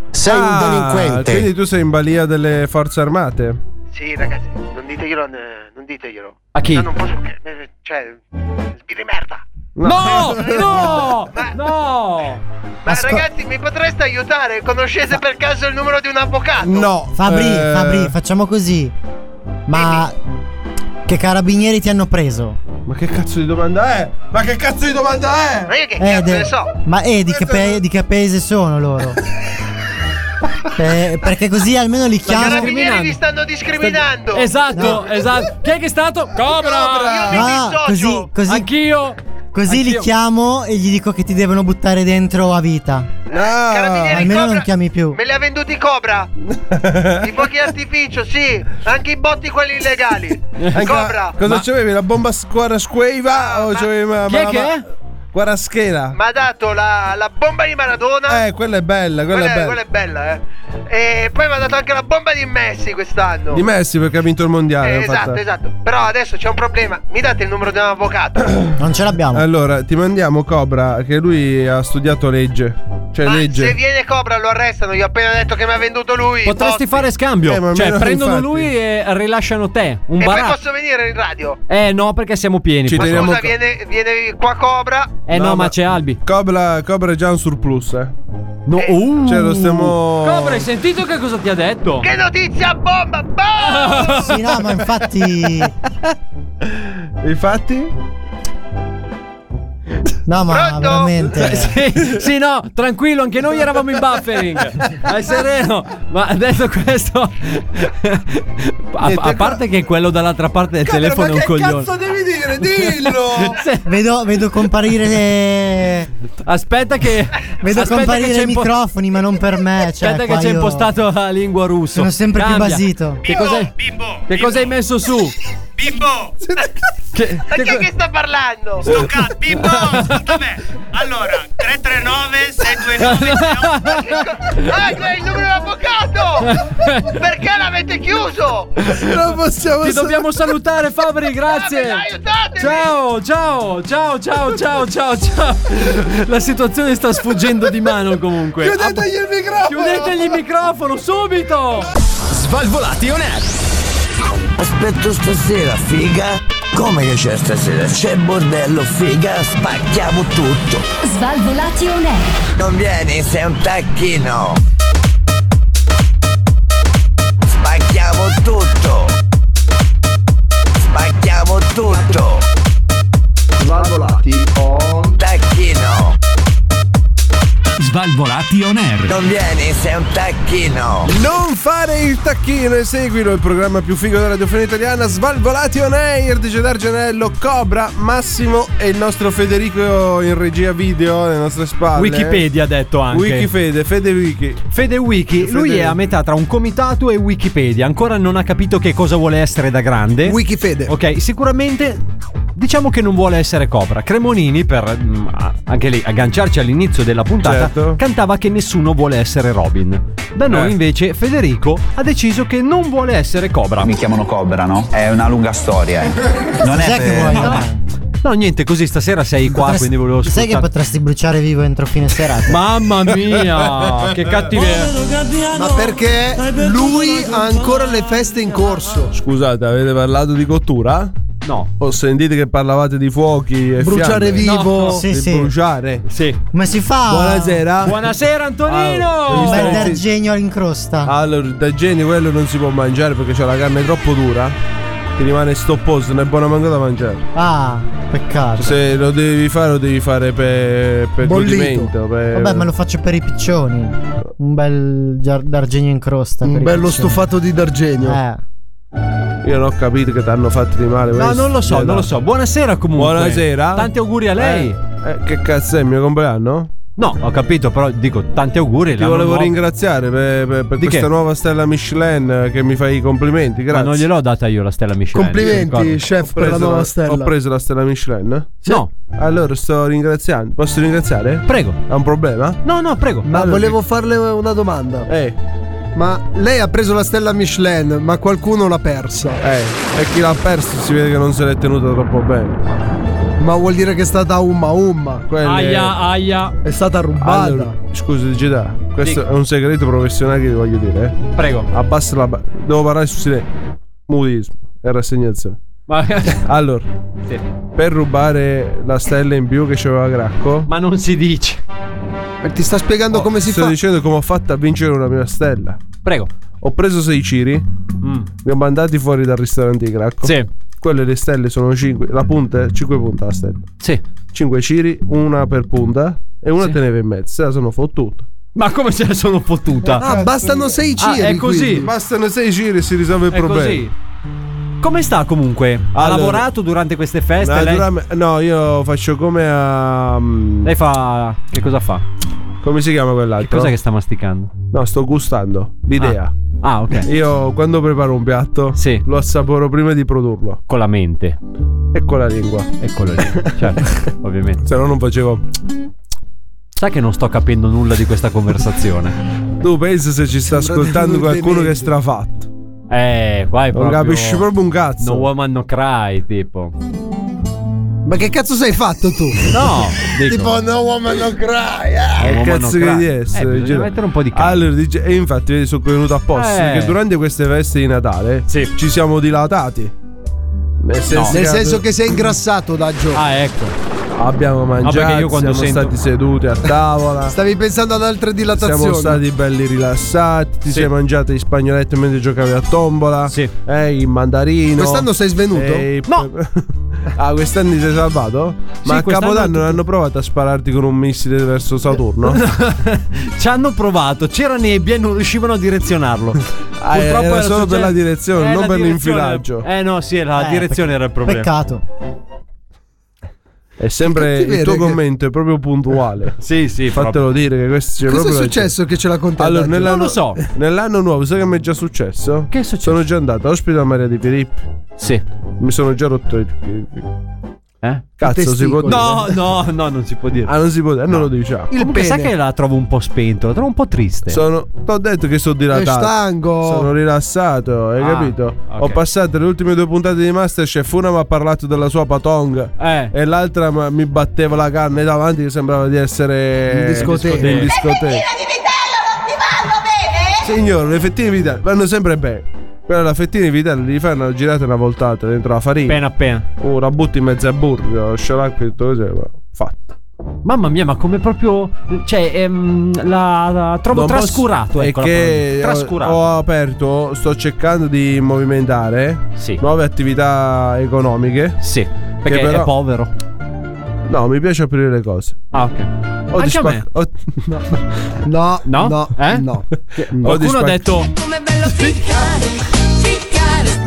S8: Quindi tu sei in balia delle forze armate?
S16: Sì, ragazzi, non diteglielo, eh, non diteglielo.
S9: A chi?
S16: No, non posso. che- eh, Cioè, sbirri merda.
S9: No, no, no.
S16: Ma ragazzi, mi potreste aiutare? Conoscete per caso il numero di un avvocato?
S13: Fabri,
S8: Eh,
S13: Fabri, facciamo così. Ma che carabinieri ti hanno preso?
S8: Ma che cazzo di domanda è? Ma che cazzo di domanda è?
S16: Ma io che
S13: Ed- Ma eh, di che, pe- di che paese sono loro? Eh, perché così almeno li
S16: I
S13: chiamo.
S16: carabinieri vi stanno discriminando.
S9: Esatto, esatto. Chi è che è stato?
S16: Io
S9: Cobra!
S16: mi
S13: Ah, così,
S16: dissocio.
S13: così,
S9: Anch'io.
S13: Così li
S16: Anch'io.
S13: chiamo e gli dico che ti devono buttare dentro a vita.
S16: Carabinieri
S13: Almeno
S16: Cobra,
S13: non chiami più.
S16: Me li ha venduti Cobra. I fuochi d'artificio, sì. Anche i botti quelli illegali.
S8: Anche-
S16: Cobra.
S8: Eh, Cosa c'avevi? La bomba squara squeva? O c'avevi ma,
S16: Chi è che è?
S8: Guarda schera.
S16: Mi ha dato la, la bomba di Maradona.
S8: Eh, quella è bella, quella, è bella.
S16: quella è bella, eh. E poi mi ha dato anche la bomba di Messi quest'anno.
S8: Di Messi perché ha vinto il
S16: Eh,
S8: mondiale. l'ha
S16: esatto,
S8: fatta.
S16: esatto. Però adesso c'è un problema. Mi date il numero di un avvocato?
S13: Non ce l'abbiamo.
S14: Eh.
S8: Allora, ti mandiamo Cobra, che lui ha studiato legge. Cioè, legge.
S16: Se viene Cobra lo arrestano. Gli ho appena detto che mi ha venduto lui.
S9: Potresti
S16: Botti.
S9: fare scambio.
S8: Eh, ma
S9: cioè,
S8: almeno
S9: prendono
S8: infatti.
S9: lui e rilasciano te. Un
S16: E poi
S9: baratto.
S16: posso venire in radio.
S9: Eh no, perché siamo pieni.
S8: Ci
S9: purtroppo.
S8: teniamo-
S16: Scusa, viene, viene qua Cobra.
S9: Eh no, ma c'è Albi.
S8: Cobra, Cobra è già un surplus, eh.
S9: No, uh.
S8: Cioè, lo stiamo.
S9: Cobra, hai sentito che cosa ti ha detto?
S16: Che notizia bomba! Boom!
S13: Sì, no, ma infatti.
S8: Infatti.
S13: No, ma
S9: Pronto?
S13: veramente.
S9: sì, sì, no, tranquillo, anche noi eravamo in buffering. Hai sereno. Ma adesso questo. A, a parte che quello dall'altra parte del telefono è un coglione.
S8: devi dire? Dillo!
S13: Vedo, vedo comparire. le-
S9: Aspetta che.
S13: Vedo
S9: aspetta che
S13: comparire
S9: c'è
S13: i
S9: impo-
S13: microfoni, ma non per me. Cioè,
S9: Aspetta
S13: qua
S9: che c'è
S13: io-
S9: impostato la lingua russo.
S13: Sono sempre più
S9: Cambia.
S13: basito.
S9: Che cos'hai, che cosa hai messo su?
S10: Bimbo!
S9: Che,
S16: Ma chi è che sta parlando?
S10: Sto cazzo, bimbo, ascolta me. Allora, 339 629
S16: Ah, c'è il numero dell'avvocato! Perché l'avete chiuso?
S8: Non possiamo
S9: Ti dobbiamo salutare, Fabri, grazie. Ciao, ciao, ciao, ciao, ciao, ciao, ciao. La situazione sta sfuggendo di mano comunque.
S8: Chiudetegli il microfono!
S9: Chiudetegli il microfono subito!
S1: Svalvolati on air. Aspetto stasera, figa. Come che c'è stasera? C'è bordello, figa, spacchiamo tutto.
S12: Svalvolati on air.
S1: Non vieni, sei un tacchino. Spacchiamo tutto. Spacchiamo tutto. Svalvolati on tacchino.
S7: Svalvolati on air.
S1: Non vieni, sei un tacchino.
S8: Non fare il tacchino e seguilo il programma più figo della radiofonia italiana Svalvolati on air di Gedar Gianello, Cobra, Massimo e il nostro Federico in regia video alle nostre spalle
S9: Wikipedia ha detto anche.
S8: Wikifede, Fede Wiki
S9: Fede Wiki, lui
S8: Fede
S9: è a
S8: Wiki.
S9: metà tra un comitato e Wikipedia, ancora non ha capito che cosa vuole essere da grande.
S3: Wikifede.
S9: Ok, sicuramente diciamo che non vuole essere Cobra. Cremonini, per mm, a- anche lì agganciarci all'inizio della puntata,
S8: Certo.
S9: cantava che nessuno vuole essere Robin. Da noi
S8: Eh.
S9: invece Federico ha deciso che non vuole essere Cobra. Mi
S18: chiamano Cobra, no? È una lunga storia. eh. Non è,
S13: Cos'è che
S18: per- Ah,
S13: vuoi?
S4: Ah,
S9: No, niente, così stasera sei qua,
S13: Potresti-
S9: quindi volevo
S13: Sai che
S9: sfruttare.
S13: potresti bruciare vivo entro fine serata?
S9: Mamma mia, che
S13: Oh.
S9: cattiveria.
S14: Ma perché lui ha ancora le feste in corso?
S8: Scusate, avete parlato di cottura?
S9: No.
S8: Ho sentito che parlavate di fuochi e
S14: Bruciare
S8: fiamme.
S14: vivo.
S8: No.
S14: Sì,
S8: Di
S14: sì.
S8: Bruciare.
S9: Sì.
S13: Come si fa?
S9: Ah.
S13: Ah.
S8: Buonasera.
S9: Buonasera
S8: Ah,
S9: Antonino!
S13: Un bel
S8: Sì. Ah.
S13: d'argenio all'incrosta.
S8: Allora, da geni quello non si può mangiare perché c'è la carne troppo dura. Ti rimane stopposo, non è buona mangiata da mangiare.
S13: Ah, peccato.
S8: Se lo devi fare, lo devi fare per, per
S13: Bollito.
S8: godimento. Per...
S13: Vabbè, me lo faccio per i piccioni. Un bel giar- d'argenio in crosta.
S14: Un bello stufato
S13: di d'argenio. Eh.
S8: Io non ho capito che ti hanno fatto di male.
S9: No,
S8: questo.
S9: non lo so,
S8: Eh,
S9: non lo
S8: dai.
S9: so. Buonasera comunque.
S8: Buonasera.
S9: Tanti auguri a lei.
S8: Eh, eh, che cazzo è il mio compleanno?
S9: No, ho capito, però dico tanti auguri.
S8: Ti
S9: l'anno
S8: volevo
S9: nuovo.
S8: ringraziare per, per- per
S9: Di
S8: questa
S9: che?
S8: nuova stella Michelin eh, che mi fai i complimenti. Grazie.
S9: Ma non gliel'ho data io la stella Michelin. ricordo.
S14: Cioè,
S8: Ho preso Ho preso la stella Michelin?
S9: No.
S8: Allora sto ringraziando. Posso ringraziare?
S9: Prego.
S8: Ha un problema?
S9: No, no, prego.
S14: Ma volevo farle una domanda.
S8: Eh.
S14: Ma lei ha preso la stella Michelin, ma qualcuno l'ha persa.
S8: Eh, e chi l'ha perso si vede che non se l'è tenuta troppo bene.
S14: Ma vuol dire che è stata umma umma.
S8: Quelle-
S9: Aia, aia.
S14: È stata rubata.
S8: Allora, scusi, Gita, questo
S14: Dica.
S8: è un segreto professionale che vi voglio dire. Eh.
S9: Prego.
S8: Abbassa la. ba- Devo parlare su silenzio. Mutismo e rassegnazione.
S9: Ma-
S8: Allora,
S9: Sì.
S8: per rubare la stella in più che c'aveva Gracco.
S9: Ma non si dice.
S14: Ti sta spiegando come si
S8: sto
S14: fa.
S8: dicendo come ho fatto a vincere una mia stella.
S9: Prego. Mm.
S8: Ho preso sei ciri, li ho mandati fuori dal ristorante di Cracco.
S9: Sì.
S8: Quelle le stelle sono 5, la punta è 5 punte la stella.
S9: Sì.
S8: 5 ciri, una per punta e una
S9: Sì.
S8: teneva in mezzo, se la sono fottuta.
S9: Ma come se la sono fottuta?
S14: Ah, bastano sei
S9: Ah,
S14: giri.
S9: è così.
S14: quindi.
S8: Bastano 6 giri e si risolve il
S9: È
S8: problema.
S9: così. Come sta comunque? Ha
S8: Allora-
S9: lavorato durante queste feste?
S8: Ma
S9: lei?
S8: naturalmente- No, io faccio come a. mm,
S9: Lei fa. Che cosa fa?
S8: Come si chiama quell'altro?
S9: Cos'è che sta masticando?
S8: No, sto gustando l'idea.
S9: Ah, ah, ok.
S8: Io quando preparo un piatto lo assaporo prima di produrlo.
S9: Con la mente.
S8: E con la lingua.
S9: Eccolo lì. Certo, ovviamente.
S8: Se no non facevo.
S9: Sai che non sto capendo nulla di questa conversazione.
S8: Tu pensi se ci sta ascoltando qualcuno che è strafatto.
S9: Eh, qua è
S8: Non
S9: proprio...
S8: capisci proprio un cazzo.
S9: No woman no cry, tipo.
S14: Ma che cazzo sei fatto tu?
S9: No, dico.
S14: tipo no woman no cry. eh.
S8: Che
S9: Uomo
S8: cazzo che
S9: monocratico.
S8: di
S9: Eh,
S8: essere?
S9: bisogna
S8: Giro.
S9: mettere un po' di
S8: Allora, dice- e infatti vedi, sono venuto apposta.
S9: Eh.
S8: Perché durante queste feste di Natale ci siamo dilatati. Nel senso,
S14: Nel senso che sei ingrassato da Gio.
S9: Ah, ecco.
S8: abbiamo mangiato,
S9: io quando
S8: siamo
S9: sento-
S8: stati seduti a tavola.
S14: Stavi pensando ad altre dilatazioni.
S8: Ah. Siamo stati belli rilassati. Ti sei mangiato gli spagnoletti mentre giocavi a tombola. Sì. Eh, il mandarino.
S14: Quest'anno sei svenuto?
S8: no. ah, quest'anno ti sei salvato? Ma a
S9: quest'anno
S8: Capodanno
S9: tutto-
S8: non hanno provato a spararti con un missile verso Saturno?
S9: Ci hanno provato, c'era nebbia e non riuscivano a direzionarlo.
S8: Ah, era solo
S9: Purtroppo successo- Eh,
S8: per la direzione, non
S9: la
S8: per
S9: direzione-
S8: l'infilaggio.
S9: Eh no, sì, la
S13: Eh,
S9: direzione
S13: pec-
S9: era il problema.
S13: Peccato.
S8: È sempre
S14: Che
S8: il tuo
S14: cattiveria che-
S8: commento è proprio puntuale.
S9: Sì, sì,
S8: Fatelo dire che questo
S14: Cosa
S8: c'è
S14: è
S8: proprio cioè-
S14: successo che ce la contate?
S8: Allora,
S14: Gio?
S8: nell'anno, Nell'anno nuovo, sai che mi è già successo? Che è successo? Sono già andato a ospite a Maria di Filippi.
S9: Sì.
S8: Mi sono già rotto il.
S9: Eh?
S8: Cazzo, si può dire?
S9: No, no, no, non si può dire.
S8: Ah, non si può dire, non lo diciamo.
S9: Comunque sai che la trovo un po' spento, la trovo un po' triste.
S8: Sono. T'ho detto che sono dilatato.
S14: È stanco.
S8: Sono rilassato, hai
S9: Ah,
S8: capito?
S9: ok.
S8: Ho passato le ultime due puntate di Masterchef. Una mi ha parlato della sua patong.
S9: Eh.
S8: E l'altra ma- mi batteva la canna davanti che sembrava di essere.
S14: In discoteca.
S8: In discoteca.
S17: di vitello non ti vanno bene?
S8: Signore, le fettine di vitello vanno sempre bene. Quella la fettina di vitello gli fai una girata e una voltata dentro la farina.
S9: Appena appena.
S8: Oh, la butti in mezzo a burro, sciolacqui e tutto così. ma Fatto.
S9: Mamma mia, ma come proprio. Cioè, ehm, la, la trovo
S8: Non posso-
S9: trascurato.
S8: è
S9: Ecco, la
S8: che
S9: parola.
S8: ho-
S9: trascurato.
S8: Ho, aperto, sto cercando di movimentare nuove attività economiche.
S9: Sì, perché è povero.
S8: No, mi piace aprire le cose.
S9: Ah, ok.
S8: Ho
S9: Anche a me.
S8: ho-
S14: No,
S9: no,
S14: no,
S9: eh?
S14: no.
S9: Che-
S8: No.
S9: Qualcuno ha
S8: Ho dispa-
S9: detto.
S17: Come bello ficcare, ficcare.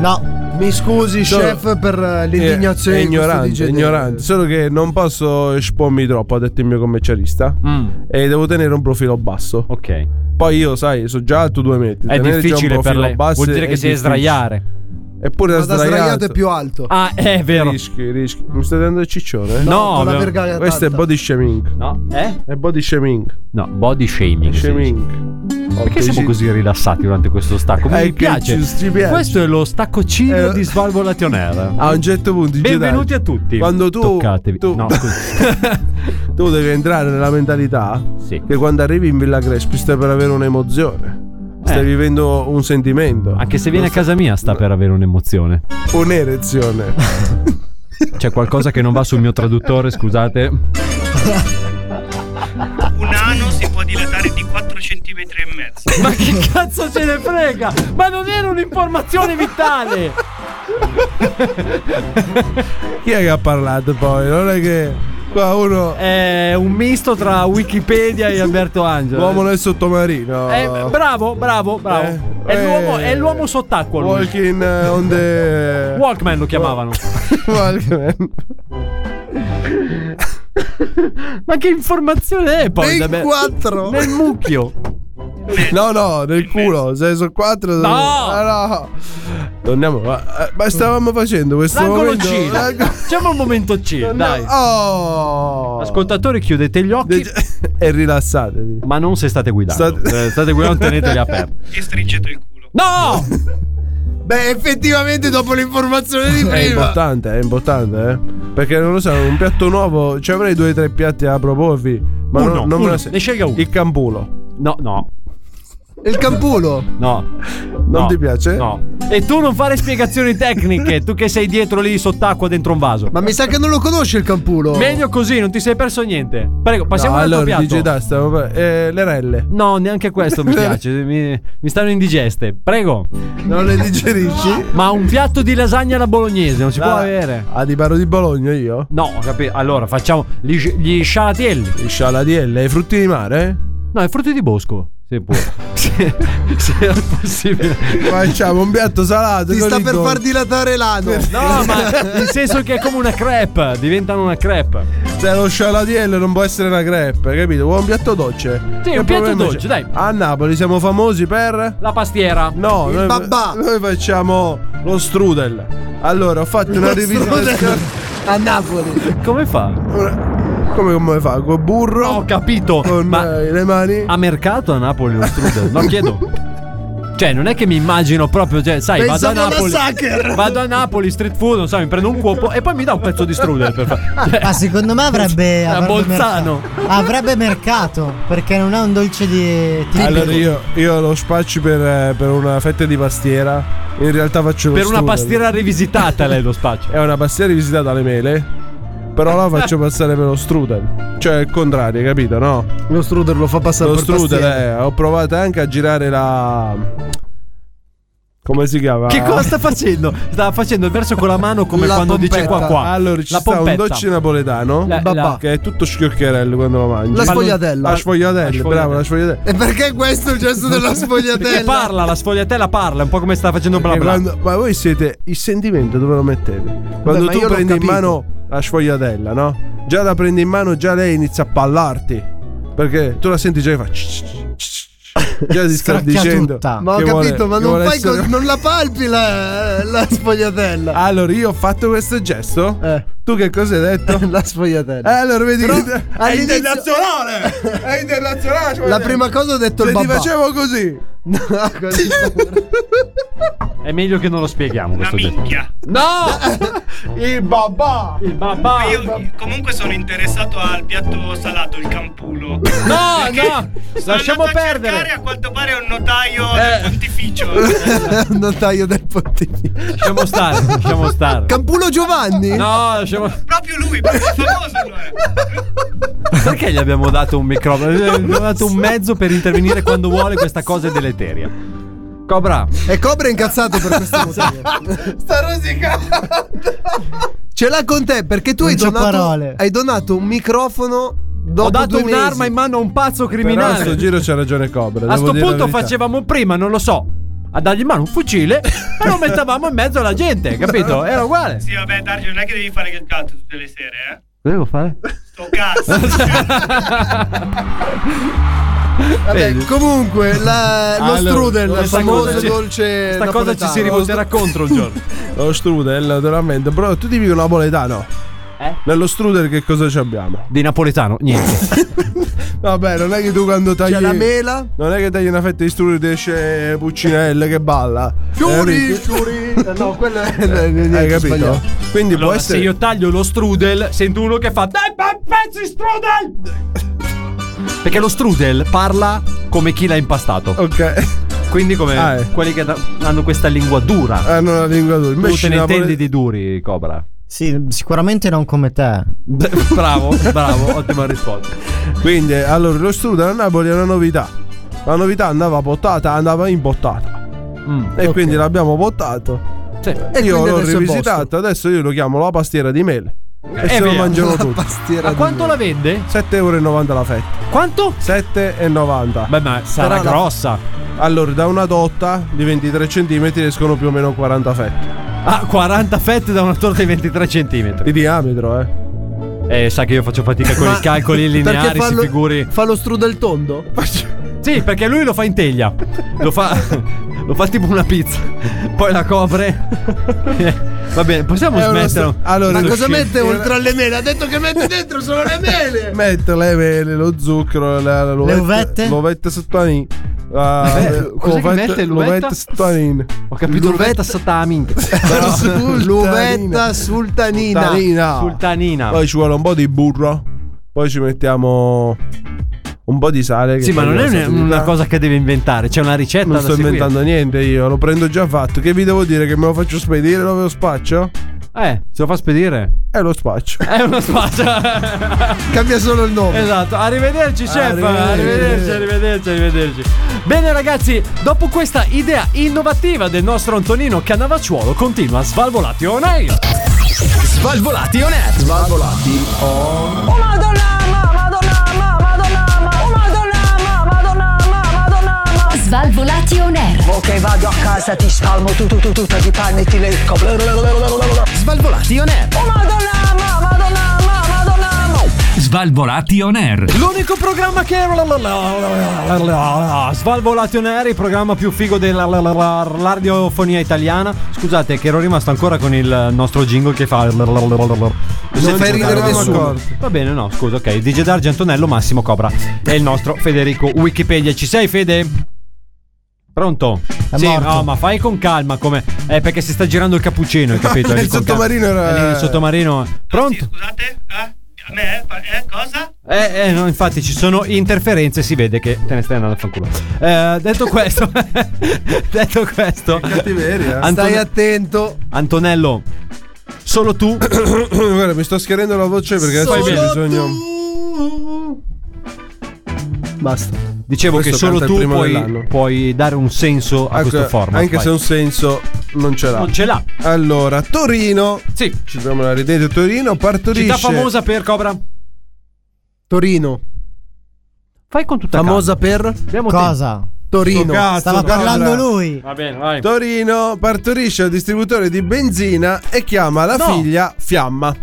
S14: No, mi scusi,
S8: Solo-
S14: chef, per eh,
S8: È
S14: l'indignazione. di questo
S8: ignorante,
S14: degenere.
S8: ignorante. Solo che non posso espormi troppo, ha detto il mio commercialista.
S9: Mm.
S8: E devo tenere un profilo basso.
S9: Ok.
S8: Poi io, sai, so già tu due metri.
S9: È
S8: tenere già un
S9: difficile per
S8: profilo
S9: lei.
S8: basso
S9: Vuol dire
S8: è
S9: che si deve
S8: difficile.
S9: sdraiare.
S8: Eppure da
S14: Ma da
S8: sdraiato.
S14: sdraiato è più alto.
S9: Ah, è vero.
S8: Rischi, rischi. Mi stai dando il ciccione? eh?
S9: No, No, con la no. verga
S8: questo è
S9: alta.
S8: body shaming.
S9: No, eh?
S8: È body shaming.
S9: No, body shaming. si
S8: Shaming.
S9: dice. Perché siamo così rilassati durante questo stacco? Mi
S8: Eh, che
S9: piace.
S8: ci- ci piace.
S9: Questo è lo stacco ciglio
S8: Eh.
S9: di Svalvolation Air.
S8: A un certo punto, Gennaro,
S9: Benvenuti a tutti.
S8: Quando tu,
S9: Toccatevi.
S8: tu-
S9: No, scusi.
S8: tu devi entrare nella mentalità che quando arrivi in Villa Crespi stai per avere un'emozione. Stai
S9: Eh.
S8: vivendo un sentimento.
S9: Anche se viene a casa mia sta per avere un'emozione.
S8: Un'erezione.
S9: C'è qualcosa che non va sul mio traduttore, scusate.
S10: Un ano si può dilatare di 4 cm e mezzo.
S9: Ma che cazzo ce ne frega? Ma non era un'informazione vitale!
S8: Chi è che ha parlato poi? Non è che qua uno.
S9: È un misto tra Wikipedia e Alberto Angelo.
S8: L'uomo nel sottomarino.
S9: Eh, bravo, bravo, bravo.
S8: Eh,
S9: è, l'uomo,
S8: eh.
S9: è l'uomo sott'acqua. Lui.
S8: Walking eh, on the.
S9: Walkman lo chiamavano.
S8: Walkman.
S9: Ma che informazione è poi?
S8: Nei
S9: Vabbè.
S8: quattro.
S9: Nel mucchio.
S8: No, no, nel culo. Se sono quattro.
S9: No!
S8: Ah, no. Torniamo. Ma, eh, ma stavamo facendo questo
S9: L'angolo
S8: momento. Eh,
S9: C. dai. Facciamo un momento C, dai.
S8: Oh.
S9: Ascoltatori, chiudete gli occhi.
S8: E rilassatevi.
S9: Ma non se state guidando.
S8: State-
S9: Eh, state guidando, teneteli aperti.
S10: E stringete il culo.
S9: No!
S14: Beh, effettivamente dopo l'informazione di
S8: È
S14: prima.
S8: importante, è importante, eh. Perché non lo so, un piatto nuovo. Ci avrei due o tre piatti da proporvi. Ma
S9: Uno,
S8: no- non me
S9: uno,
S8: lo sei.
S9: ne scelga uno.
S8: Il campulo.
S9: No, no,
S14: Il campulo.
S9: no.
S8: Non
S9: No,
S8: ti piace?
S9: No. E tu non fare spiegazioni tecniche, tu che sei dietro lì sott'acqua dentro un vaso.
S14: Ma mi sa che non lo conosce il campulo.
S9: Meglio così, non ti sei perso niente. Prego, passiamo
S8: No,
S9: al
S8: allora,
S9: piatto.
S8: DJ Dust, stiamo par- eh, le relle.
S9: No, neanche questo mi piace, mi, mi stanno indigeste. Prego.
S8: Non le digerisci?
S9: Ma un piatto di lasagna alla bolognese non si può
S8: Ah,
S9: avere.
S8: Ah, ti parlo di Bologna io?
S9: No, capito. Allora, facciamo gli, gli scialatielli.
S8: I scialatielle, i frutti di mare?
S9: No, i frutti di bosco. Se può. se, se è possibile.
S8: Facciamo un piatto salato.
S14: Ti
S8: con
S14: sta
S8: il
S14: per
S8: gol.
S14: far dilatare l'ano.
S9: No, ma nel senso che è come una crepe, diventano una crepe.
S8: Cioè, lo scialatiello non può essere una crepe, capito? Vuoi un piatto dolce?
S9: Sì,
S8: Che
S9: un piatto
S8: problema c'è?
S9: dolce, dai.
S8: A Napoli siamo famosi per.
S9: La pastiera.
S8: No,
S14: Il
S8: noi,
S14: babà.
S8: noi facciamo lo strudel. Allora, ho fatto una rivisita.
S14: A Napoli.
S9: Come fa?
S8: Come, come fa? Col burro?
S9: Ho capito.
S14: Oh,
S8: con
S9: Ma
S8: eh, le mani?
S9: a mercato a Napoli lo strudel? No, chiedo. Cioè, non è che mi immagino proprio, cioè, sai,
S14: Pensavo
S9: vado a
S14: alla
S9: Napoli.
S14: Sacher.
S9: Vado a Napoli, street food, non so, mi prendo un cuopo e poi mi dà un pezzo di strudel per
S14: Ah,
S9: fare.
S13: Ma Ah, secondo me avrebbe.
S9: Da
S13: avrebbe
S9: Eh. Bolzano.
S13: mercato. Avrebbe mercato. Perché non è un dolce di. tipico.
S8: Allora io, io lo spaccio per, eh, per una fetta di pastiera. In realtà faccio lo
S9: per una
S8: strudel.
S9: pastiera rivisitata lei lo spaccio.
S8: È una pastiera rivisitata alle mele. Però la faccio passare per lo strudel. Cioè, il contrario, capito? No?
S14: Lo strudel lo fa passare
S8: Lo
S14: per
S8: strudel,
S14: pastiera.
S8: eh. Ho provato anche a girare la. Come si chiama?
S9: Che cosa sta facendo? Sta facendo il verso con la mano come
S14: La
S9: quando dice
S14: pompetta.
S9: qua qua.
S8: Allora, ci
S9: la
S8: sta un
S9: pompetta.
S8: dolce napoletano.
S9: La- la-
S8: Che è tutto schioccherello quando lo mangi.
S14: La
S9: Ma non-
S14: sfogliatella.
S8: La sfogliatella,
S9: La sfogliatella.
S8: bravo, la sfogliatella.
S14: E perché questo è il gesto della
S9: Perché
S14: sfogliatella?
S9: parla, la sfogliatella parla, è un po' come sta facendo bla
S8: E
S9: bla.
S8: quando- ma voi siete il sentimento dove lo mettete? Quando
S14: ma
S8: tu
S14: io l'ho
S8: prendi in
S14: capito.
S8: mano la sfogliatella, no? Già la prendi in mano, già lei inizia a pallarti. Perché tu la senti già e fa. Già ti sta
S13: Stracchia
S8: dicendo.
S13: tutta.
S14: Ma ho
S8: che vuole-
S14: capito, ma
S8: che
S14: non,
S8: vuole
S14: fai
S8: essere- Ah.
S14: co- non la palpi la, la sfogliatella.
S8: Allora, io ho fatto questo gesto.
S14: Eh.
S8: Tu che cosa hai detto?
S14: La sfogliatella.
S8: Eh, allora vedi
S14: Però
S8: che-
S14: all'inizio-
S8: internazionale! È internazionale. cioè,
S14: La prima cosa ho detto
S8: Se
S14: il
S8: ti
S14: babà. Ah,
S8: facevo così.
S9: È meglio che non lo spieghiamo. Una
S10: minchia.
S8: No! il babà!
S9: Il babà!
S10: Io comunque sono interessato al piatto salato, il campulo. No,
S9: no!
S10: Lasciamo perdere! A quanto pare è un notaio del pontificio.
S14: Notaio del pontificio.
S9: Lasciamo stare, lasciamo stare.
S14: Campulo Giovanni?
S9: No, lasciamo.
S10: Proprio lui, proprio il famoso allora.
S9: Perché gli abbiamo dato un microfono? Gli abbiamo dato un mezzo per intervenire quando vuole, questa cosa è deleteria. Cobra.
S14: E Cobra è incazzato per questo motivo.
S8: Sta rosicando.
S14: Ce l'ha con te perché tu
S13: Non
S14: hai
S13: c'ho
S14: donato,
S13: parole.
S14: hai donato un microfono dopo
S9: Ho dato
S14: due mesi.
S9: un'arma in mano a un pazzo
S8: Però a sto
S9: criminale.
S8: giro c'ha ragione Cobra.
S9: A
S8: devo
S9: sto
S8: dire la
S9: punto
S8: verità.
S9: facevamo prima, non lo so, a dargli in mano un fucile e lo mettavamo in mezzo alla gente, capito? Era uguale.
S10: Sì, vabbè, Dargio, non è che devi fare che cazzo tutte le sere, eh?
S9: Cosa devo fare?
S10: Sto cazzo.
S14: Vabbè,
S9: Vedi?
S14: comunque, la- lo
S8: Allora,
S14: strudel, il
S8: questa
S14: famoso
S8: cosa ci-
S14: dolce.
S8: questa cosa
S14: napoletano.
S8: ci si rivolterà contro il giorno. Lo strudel, veramente. Però tu dimmi una napoletano.
S9: Eh?
S8: Nello strudel che cosa ci abbiamo?
S9: Di napoletano, niente.
S8: Vabbè, non è che tu quando tagli
S14: la mela?
S8: Non è che tagli una fetta di strudel e ti esce Puccinelle che balla.
S14: Fiori,
S8: Eh,
S14: fiori. No, eh, quello è.
S8: Hai capito? Quindi può
S9: Allora,
S8: essere
S9: se io taglio lo strudel, sento uno che fa Dai, pe- pezzi strudel! Perché lo strudel parla come chi l'ha impastato.
S8: Ok.
S9: Oh, Quindi come
S8: Ah, eh.
S9: quelli che da- hanno questa lingua dura.
S8: hanno Ah, la lingua dura.
S9: tu
S8: Invece
S9: te ne
S8: Napoli-
S9: intendi di duri, Cobra?
S13: Sì, sicuramente non come te.
S9: bravo, bravo, ottima risposta.
S8: Quindi, allora, lo strudel a Napoli è una novità. La novità andava bottata, andava imbottata.
S9: Mm.
S8: E quindi l'abbiamo bottato.
S9: Sì.
S8: E io
S14: quindi
S8: l'ho
S14: adesso è
S8: rivisitato, adesso io lo chiamo la pastiera di mele. E
S9: E
S8: se lo
S9: Eh, via.
S8: mangiano tutto.
S14: Pastiera
S9: A
S14: di
S9: quanto
S14: mela.
S9: la vende?
S8: 7,90 euro la fetta.
S9: Quanto?
S8: 7,90.
S9: Beh, ma sarà
S8: Però la-
S9: grossa.
S8: Allora, da una dotta di 23 cm escono più o meno 40 fette.
S9: Ah, 40 fette da una torta di 23 cm.
S8: Di diametro, eh.
S9: Eh, sa che io faccio fatica con
S14: Ma-
S9: i calcoli
S14: perché
S9: lineari,
S14: fa
S9: si
S14: lo-
S9: figuri.
S14: Fa lo strudel tondo?
S9: Sì, perché lui lo fa in teglia. Lo fa. lo fa tipo una pizza. Poi la copre. Va bene, possiamo
S8: È uno
S9: smettere.
S8: str- allora,
S14: Ma
S8: lo
S14: cosa
S8: sci-
S14: mette
S8: il-
S14: oltre alle mele? Ha detto che mette dentro solo le mele.
S8: Mette le mele, lo zucchero, la, la- l'uvetta-
S13: uvette?
S8: L'uvetta sottanin. La-
S9: Eh, cos'è che mette, l'uvetta?
S8: l'uvetta sottanin.
S9: Ho capito l'uvetta satamink.
S8: Sultanina.
S14: L'uvetta sultanina.
S8: Sultanina.
S9: Sultanina.
S8: Poi ci vuole un po' di burro. Poi ci mettiamo un po' di sale. che
S9: Sì, ma
S8: fa
S9: non
S8: la
S9: è una,
S8: sapidità.
S9: una cosa che deve inventare, c'è una ricetta
S8: Non
S9: da
S8: sto
S9: seguire.
S8: inventando niente io, lo prendo già fatto. Che vi devo dire? Che me lo faccio spedire dove lo spaccio?
S9: Eh, se lo fa spedire.
S8: E lo spaccio.
S9: È una spaccia.
S14: Cambia solo il nome.
S9: Esatto, arrivederci chef,
S8: Arrivederci.
S9: arrivederci, arrivederci, arrivederci. Bene ragazzi, dopo questa idea innovativa del nostro Antonino Cannavacciuolo continua Svalvolati on air. Svalvolati on air.
S6: Oh madonna, ma, madonna, ma, madonna, ma, oh madonna, ma, madonna, ma, madonna, ma.
S12: Svalvolati on air.
S17: Ok, vado a casa, ti spalmo tu tu tu tu ti panni e ti lecco.
S1: Svalvolati on air.
S6: Oh madonna, ma, madonna, ma, madonna, ma.
S7: Svalvolati on air.
S9: L'unico programma che Svalvolati on air, il programma più figo della la- la- la- la radiofonia italiana. Scusate che ero rimasto ancora con il nostro jingle che fa Non
S14: fai ridere nessuno.
S9: Va bene, no, scusa, ok. DJ Dargi Antonello Massimo Cobra e il nostro Federico Wikipedia. Ci sei Fede? Pronto?
S13: È
S9: sì,
S13: morto.
S9: no, ma fai con calma come eh, perché si sta girando il cappuccino, hai capito?
S8: Il
S9: Lì con calma.
S8: sottomarino era-
S9: Eh, lì Il sottomarino. Pronto?
S10: Ah, Scusate, eh? A me, eh? Pa- eh? Cosa?
S9: Eh, eh, no, infatti ci sono interferenze, si vede che te ne stai andando a fanculo. Eh, detto questo, detto questo,
S8: Cattiveria.
S9: Anton-
S14: Stai attento.
S9: Antonello, solo tu.
S8: Guarda, mi sto schierendo la voce perché adesso
S9: Solo
S8: ho bisogno.
S14: Basta.
S9: Dicevo
S8: Questo
S9: che solo
S8: canta il
S9: tu
S8: primo
S9: puoi,
S8: dell'anno.
S9: puoi dare un senso a questo
S8: Anche-
S9: format.
S8: Anche
S9: vai.
S8: se un senso non ce l'ha.
S9: non ce l'ha.
S8: Allora, Torino.
S9: Sì,
S8: Ci troviamo la ridete Torino. Partorisce.
S9: città famosa per Cobra.
S14: Torino.
S9: Fai con tutta
S14: Famosa per
S9: calma. Abbiamo tempo.
S13: Cosa?
S14: Torino.
S8: Sto cazzo,
S13: Stava
S8: Cobra.
S13: parlando lui.
S9: Va bene, vai.
S8: Torino partorisce al distributore di benzina e chiama la
S9: No.
S8: figlia Fiamma.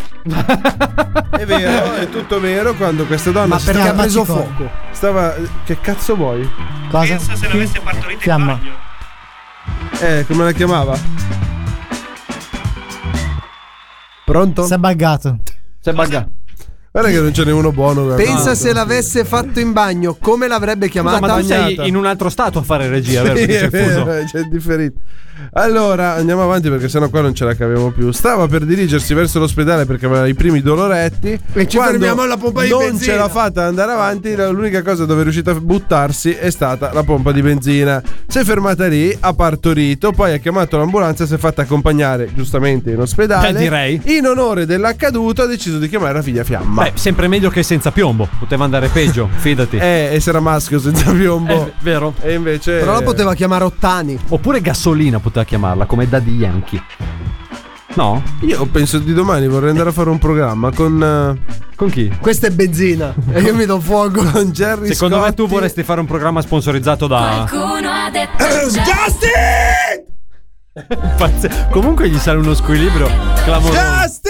S8: è vero, è tutto vero. Quando questa donna
S13: Ma
S8: si
S13: perché
S8: stava-
S13: ha preso
S8: stava-
S13: fuoco?
S8: Stava. Che cazzo vuoi?
S13: Cosa?
S10: Pensa se l'avesse partorita
S13: Fiamma.
S10: in bagno.
S8: Eh, come la chiamava?
S14: Pronto?
S13: Si è buggato.
S8: Ecco,
S9: Si è buggato.
S8: Guarda che non ce n'è uno buono. guarda.
S14: Pensa se l'avesse fatto in bagno, come l'avrebbe
S9: Scusa,
S14: chiamata?
S9: ma tu sei in un altro stato a fare regia, vero?
S8: Sì,
S9: Perché
S8: è
S9: sei fuso.
S8: vero, c'è il differito. Allora andiamo avanti perché sennò qua non ce la caviamo più. Stava per dirigersi verso l'ospedale perché aveva i primi doloretti. E
S14: ci fermiamo alla pompa di
S8: non
S14: benzina.
S8: ce l'ha fatta ad andare avanti. la- L'unica cosa dove è riuscita a buttarsi è stata la pompa di benzina. Si è fermata lì, ha partorito, poi ha chiamato l'ambulanza. Si è fatta accompagnare giustamente in
S14: Eh,
S8: ospedale.
S9: Beh, direi.
S8: In onore dell'accaduto, ha deciso di chiamare la figlia Fiamma.
S9: Beh, sempre meglio che senza piombo. Poteva andare peggio, fidati.
S8: Eh, e se era maschio senza piombo.
S9: Eh, vero.
S8: E invece.
S14: Però la poteva chiamare Ottani.
S9: Oppure gasolina poteva chiamarla, come Daddy Yankee. No?
S8: Io penso di domani vorrei andare a fare un programma con. eh,
S9: Con chi?
S14: Questa è benzina. e io mi do fuoco.
S8: Con Jerry
S9: Secondo me
S8: Scotti.
S9: tu vorresti fare un programma sponsorizzato
S6: Ah.
S9: da.
S12: Qualcuno ha detto
S6: Eh,
S8: Justin!
S9: Pazze- Comunque gli sale uno squilibrio
S14: Ah,
S9: clamoroso.
S8: Justin!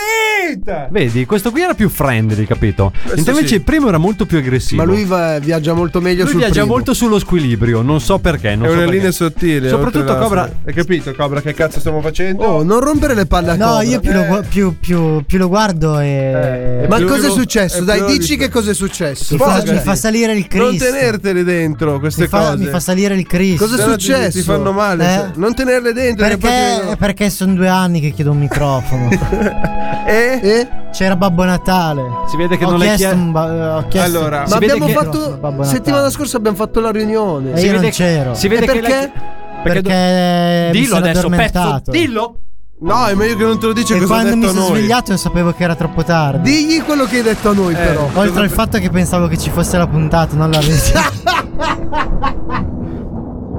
S9: Vedi, questo qui era più friendly, capito?
S14: Questo
S9: Invece
S14: sì.
S9: il primo era molto più aggressivo.
S14: Ma lui va- viaggia molto meglio
S9: Lui
S14: sul
S9: viaggia
S14: primo.
S9: molto sullo squilibrio, non so perché. Non
S8: È
S9: so
S8: una
S9: perché.
S8: linea sottile.
S9: Soprattutto
S8: oltre la-
S9: Cobra.
S8: Hai capito, Cobra, che cazzo stiamo facendo?
S14: Oh, non rompere le palle a
S13: No,
S14: Cobra. Eh,
S13: io più, lo,
S8: Eh.
S13: gu- più, più- più lo guardo e.
S14: Ma
S8: più-
S14: cosa è
S8: è
S14: successo? Dai,
S8: più-
S14: dici che cosa è successo.
S13: Mi fa, mi fa salire il
S8: Non
S13: Cristo.
S8: tenertele dentro queste
S13: mi, fa,
S8: cose.
S13: mi fa salire il Cristo.
S8: Cosa è
S13: Però ti-
S8: successo? Ti fanno male,
S14: Eh?
S8: cioè, non tenerle dentro, che poi
S13: Perché,
S8: ti-
S13: perché sono due anni che chiedo un microfono.
S8: e?
S14: Eh?
S13: C'era Babbo Natale.
S9: Si vede che
S13: ho
S9: non l'hai
S13: chiesto
S9: chie-
S13: un ba- eh, ho chiesto
S9: Allora,
S13: un
S9: si
S14: Ma
S9: vede
S14: abbiamo
S9: che-
S14: fatto.
S13: Babbo Natale. Eh.
S14: settimana scorsa abbiamo fatto la riunione.
S13: E io non c'ero.
S9: Si vede
S14: E
S9: che.
S14: perché?
S9: la-
S13: Perché, mi
S9: Dillo
S13: sono
S9: adesso, pezzo.
S13: addormentato.
S9: Dillo.
S8: No, è meglio che non te lo dici
S13: e
S8: cosa ha
S13: quando
S8: detto
S13: mi
S8: a
S13: sono
S8: noi.
S13: svegliato io sapevo che era troppo tardi.
S14: Digli quello che hai detto a noi, però.
S13: Oltre al fatto che pensavo che ci fosse la puntata, non la rete.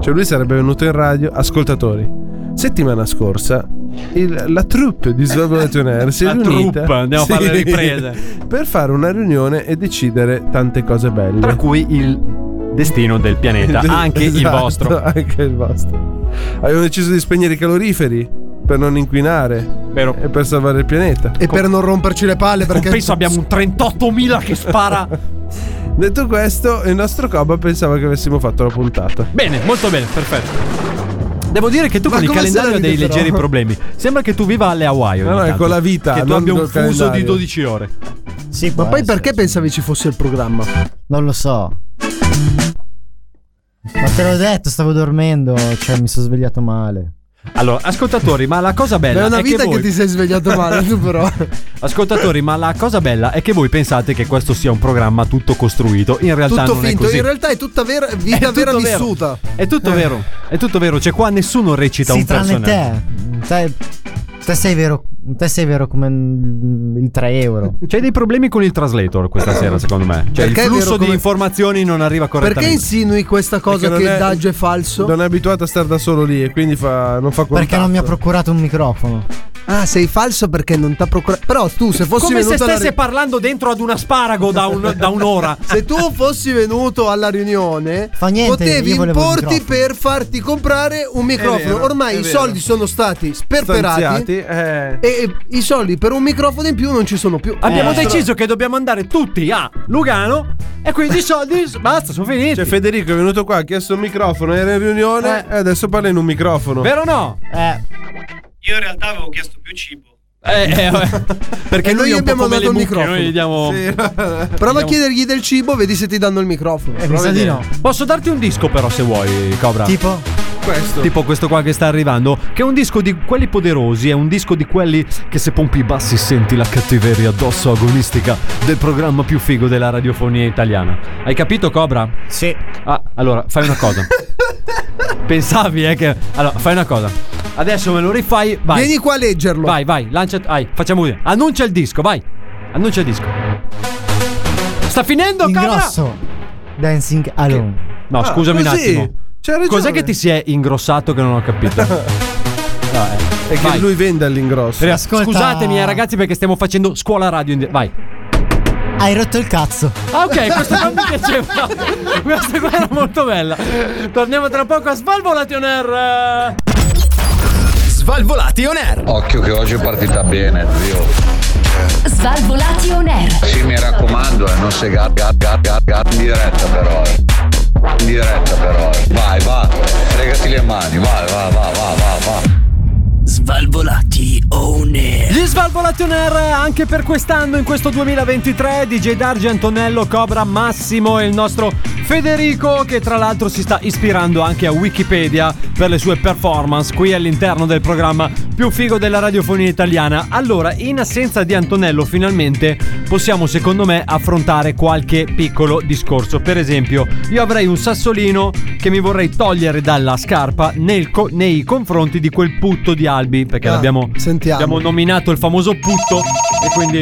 S8: Cioè, lui sarebbe venuto in radio. Ascoltatori, settimana scorsa il- la troupe di Svalvolation Air si è
S9: La
S8: riunita
S9: troupe, andiamo a fare le riprese.
S8: per fare una riunione e decidere tante cose belle.
S9: Tra cui il destino del pianeta, anche il
S8: Esatto,
S9: vostro.
S8: Anche il vostro. Abbiamo deciso di spegnere i caloriferi per non inquinare
S9: Vero.
S8: e per salvare il pianeta.
S14: E per non romperci le palle, perché.
S9: Penso abbiamo un 38.000 che spara.
S8: Detto questo, il nostro Coba pensava che avessimo fatto la puntata.
S9: bene, molto bene, perfetto. Devo dire che tu
S8: Ma
S9: con il
S8: come se la
S9: calendario hai dei
S8: ride, però?
S9: leggeri problemi. Sembra che tu viva alle Hawaii.
S8: No,
S9: ogni
S8: no, è
S9: tanto.
S8: con la vita,
S9: Che tu
S8: non
S9: abbia un
S8: col
S9: fuso
S8: calendario.
S9: di 12 ore.
S13: sì,
S14: Ma
S13: può
S14: poi
S13: essere.
S14: perché pensavi ci fosse il programma?
S13: Non lo so. Ma te l'ho detto, stavo dormendo, cioè mi sono svegliato male.
S9: Allora, ascoltatori, ma la cosa bella
S14: è una vita che,
S9: voi...
S14: ti sei svegliato male, tu però.
S9: Ascoltatori, ma la cosa bella è che voi pensate che questo sia un programma tutto costruito. In realtà
S14: tutto
S9: non è
S14: finto.
S9: così.
S14: In realtà è tutta vera,
S9: È
S14: vita
S9: tutto
S14: vera
S9: vero.
S14: vissuta. Eh.
S9: È tutto vero. È tutto vero. Cioè, qua nessuno recita
S13: sì,
S9: un
S13: tranne
S9: personaggio.
S13: te. te. te sei vero. Te sei vero come mm, il 3 euro.
S9: C'è dei problemi con il translator questa sera, secondo me. Cioè,
S14: Perché è
S9: il flusso
S14: vero
S9: di
S14: come-
S9: informazioni non arriva
S14: Perché
S9: correttamente.
S14: insinui questa cosa
S8: Perché
S14: che
S8: non è-
S14: Daggio è falso?
S8: Non è abituato a stare da solo lì e quindi fa- non fa contatto.
S13: Perché non mi ha procurato un microfono.
S14: Ah, sei falso perché non ti ha procurato. Però tu, se fossi
S9: Come se
S14: venuto alla
S9: stesse
S14: ri-
S9: parlando dentro ad un asparago da, un- da un'ora.
S14: se tu fossi venuto alla riunione,
S13: Fa niente,
S14: potevi
S13: io volevo il
S14: importi
S13: microfono.
S14: per farti comprare un microfono.
S8: vero,
S14: Ormai
S8: è
S14: i
S8: vero.
S14: soldi sono stati
S8: Stanziati,
S14: sperperati.
S8: eh.
S14: E i soldi per un microfono in più non ci sono più.
S9: Abbiamo
S14: Eh.
S9: deciso che dobbiamo andare tutti a Lugano e quindi i soldi basta, sono finiti.
S8: Cioè, Federico è venuto qua, ha chiesto un microfono, era in riunione
S9: Eh.
S8: e adesso parla in un microfono.
S9: Vero o no?
S13: Eh,
S10: Io in realtà avevo chiesto più cibo.
S9: Eh, eh, vabbè. Perché
S14: E noi
S9: lui è un po'
S14: abbiamo
S9: come
S14: dato
S9: le
S14: il
S9: mucche,
S14: microfono.
S9: noi gli diamo-
S14: Eh, Prova a
S9: Andiamo.
S14: chiedergli del cibo, vedi se ti danno il microfono.
S13: mi sa di no.
S9: Posso darti un disco però se vuoi, Cobra?
S13: Tipo,
S8: Questo.
S9: Tipo questo qua che sta arrivando, che è un disco di quelli poderosi, è un disco di quelli che se pompi i bassi senti la cattiveria addosso agonistica del programma più figo della radiofonia italiana. Hai capito Cobra?
S13: sì.
S9: Ah, allora, fai una cosa. Pensavi eh che... Allora, fai una cosa. Adesso me lo rifai, vai.
S14: Vieni qua a leggerlo.
S9: Vai, vai, lancia. Vai, facciamo vedere. Annuncia il disco, vai. Annuncia il disco. Sta finendo,
S13: In
S9: Cobra?
S13: grosso. Dancing Alone.
S9: No, scusami
S8: Ah, così.
S9: un attimo.
S8: C'ha ragione.
S9: Cos'è che ti si è ingrossato che non ho capito? Vabbè,
S8: E che
S9: vai.
S8: lui vende all'ingrosso.
S9: Rea-
S13: Ascolta.
S9: Scusatemi, eh, ragazzi, perché stiamo facendo scuola radio. in di- Vai.
S13: Hai rotto il cazzo.
S9: Ah, ok, questa qua mi piaceva. questa qua era molto bella. Torniamo tra poco a Svalvolation Air.
S1: Svalvolati on air.
S15: Occhio che oggi è partita bene, zio.
S12: Svalvolati on air.
S15: Sì, mi raccomando, eh, non sei gat, gat, gat, gat, gat, in diretta però. eh. In diretta però. eh. Vai, va, fregati le mani, vai, va, va, va, va, va.
S1: Svalvolati on air.
S9: Gli Svalvolati Svalvolation Air anche per quest'anno, in questo 2023, DJ Darge, Antonello, Cobra, Massimo e il nostro Federico che tra l'altro si sta ispirando anche a Wikipedia per le sue performance qui all'interno del programma più figo della radiofonia italiana. Allora, in assenza di Antonello finalmente possiamo secondo me affrontare qualche piccolo discorso. Per esempio, io avrei un sassolino che mi vorrei togliere dalla scarpa nel co- nei confronti di quel putto di Albi, perché
S14: Ah,
S9: l'abbiamo
S14: sentiamo.
S9: abbiamo nominato il famoso putto e quindi...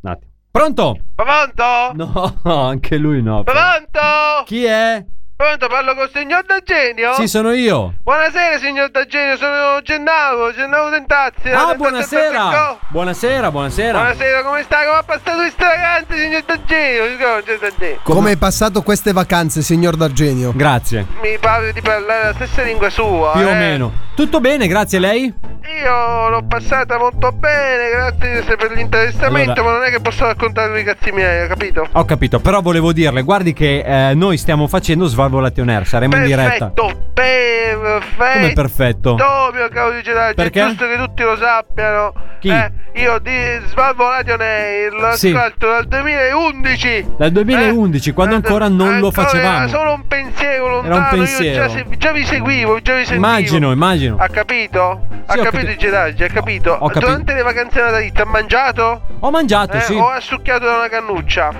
S9: Un attimo. Pronto?
S16: Pronto?
S9: No, anche lui no.
S16: Pronto?
S9: Chi è?
S16: Pronto, parlo con il signor D'Agenio?
S9: Sì, sono io.
S16: Buonasera, signor D'Agenio, sono Gennaro, Gennaro Tentazzi.
S9: Ah,
S16: Tentazzi
S9: buonasera.
S16: Francisco.
S9: Buonasera, buonasera.
S16: Buonasera, come sta? Come ha passato questa vacanza, signor D'Agenio? Signor D'Agenio.
S14: Come è passato queste vacanze, signor D'Argenio?
S9: Grazie.
S16: Mi pare di parlare la stessa lingua sua.
S9: Più o
S16: eh.
S9: meno. Tutto bene, grazie a lei?
S16: Io l'ho passata molto bene, grazie per l'interessamento,
S9: Allora-
S16: ma non è che posso raccontarvi i cazzi miei, capito?
S9: Ho capito, però volevo dirle, guardi che eh, noi stiamo facendo Svalvolation Air, saremo in diretta.
S16: Perfetto, perfetto.
S9: Come perfetto?
S16: mio caro di Gerardo,
S9: Perché?
S16: è giusto che tutti lo sappiano.
S9: Chi?
S16: Eh, io di Svalvolato Nail l'ho
S9: Sì.
S16: ascolto dal 2011.
S9: Dal 2011, quando ancora non lo
S16: Ancora eh, Era
S9: facevamo.
S16: solo un pensiero lontano,
S9: Era un
S16: io già,
S9: pensiero.
S16: se- già vi seguivo, già vi sentivo.
S9: Immagino, immagino.
S16: Ha capito? ha
S9: ho
S16: capito
S9: capi-
S16: il Gerardi, ha capito.
S9: ho capito.
S16: Durante le vacanze natalizie ha mangiato?
S9: Ho mangiato,
S16: Eh,
S9: sì.
S16: O ha succhiato da una cannuccia?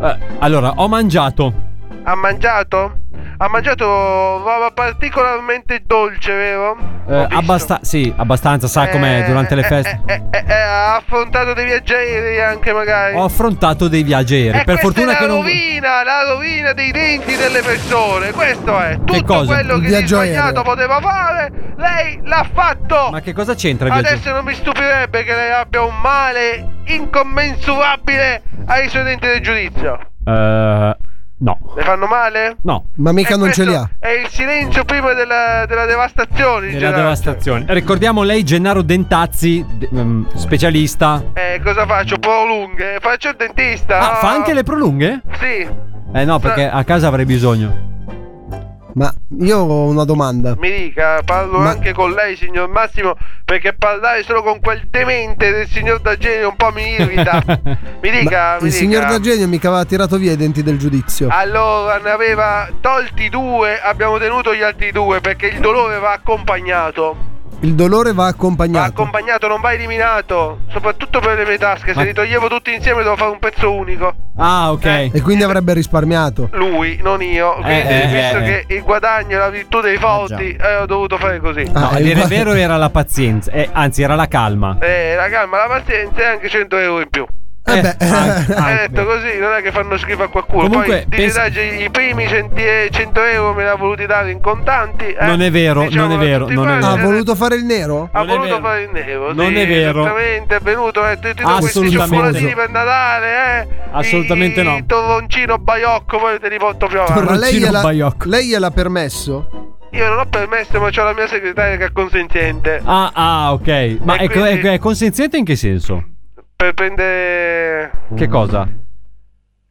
S9: Eh, allora, ho mangiato.
S16: Ha mangiato? Ha mangiato roba particolarmente dolce, vero?
S9: Eh, abbasta- sì, abbastanza, sa com'è durante le feste.
S16: Eh, eh, ha affrontato dei viaggieri anche magari.
S9: Ho affrontato dei viaggi aerei.
S16: E
S9: per
S16: questa
S9: fortuna
S16: è la
S9: che non.
S16: rovina, la rovina dei denti delle persone. Questo è tutto
S9: Che cosa?
S16: quello
S9: Il
S16: che di
S9: viaggio aereo.
S16: sbagliato poteva fare. Lei l'ha fatto.
S9: Ma che cosa c'entra il viaggio?
S16: Adesso non mi stupirebbe che lei abbia un male incommensurabile ai suoi denti del giudizio.
S9: Eh, no,
S16: Le fanno male?
S9: no.
S14: Ma
S16: Eh,
S14: mica non ce li ha.
S16: È il silenzio prima della, della devastazione.
S9: Della
S16: Gerardo.
S9: devastazione. Ricordiamo lei Gennaro Dentazzi, d- ehm, specialista.
S16: Eh, cosa faccio? Prolunghe? Faccio il dentista?
S9: Ah, fa anche le prolunghe?
S16: Sì,
S9: Eh no, perché a casa avrei bisogno.
S14: Ma io ho una domanda.
S16: mi dica, parlo anche con lei, signor Massimo, perché parlare solo con quel demente del signor D'Agenio un po' mi irrita. mi dica, mi
S14: Il
S16: dica. Ah.
S14: signor D'Argenio mica aveva tirato via i denti del giudizio.
S16: Allora, ne aveva tolti due, abbiamo tenuto gli altri due, perché il dolore va accompagnato.
S14: Il dolore va accompagnato.
S16: Accompagnato non va eliminato, soprattutto per le mie tasche. Se li toglievo tutti insieme dovevo fare un pezzo unico.
S9: Ah, ok.
S16: Eh.
S14: E quindi avrebbe risparmiato.
S16: Lui, non io. Quindi,
S14: eh,
S16: visto
S14: eh,
S16: che il guadagno è la virtù dei forti, eh, ho dovuto fare così.
S14: Ah,
S9: No,
S14: Eh,
S9: a dire il vero era la pazienza, eh, anzi era la calma.
S16: Eh, la calma, la pazienza e anche 100 euro in più.
S9: Eh, anche-
S16: Hai
S9: anche.
S16: detto certo, così, non è che fanno schifo a qualcuno.
S9: Comunque,
S16: Poi
S9: pensa-
S16: dice, dai, i primi 100 e- 100 euro me l'ha voluti dare in contanti. eh.
S9: Non è vero,
S16: Diciamolo
S9: non è vero,
S16: tutti
S9: non è
S16: quanti,
S9: vero.
S14: Ah, Ha
S16: eh,
S14: voluto fare il nero?
S16: ha voluto fare il nero.
S9: Non
S16: sì,
S9: è vero.
S16: Esattamente, è venuto, ha detto ti do questi
S9: Assolutamente.
S16: cioccolatini per Natale, eh.
S9: Assolutamente no.
S16: Il torroncino baiocco, poi te li porto più avanti.
S14: Ma lei gliela, lei gliel'ha permesso?
S16: Io non ho permesso, ma c'ho la mia segretaria che è consenziente.
S9: Ah, ah, ok. Ma
S16: E
S9: è, co- è-
S16: quindi-
S9: è consenziente in che senso?
S16: Per prendere.
S9: Che cosa?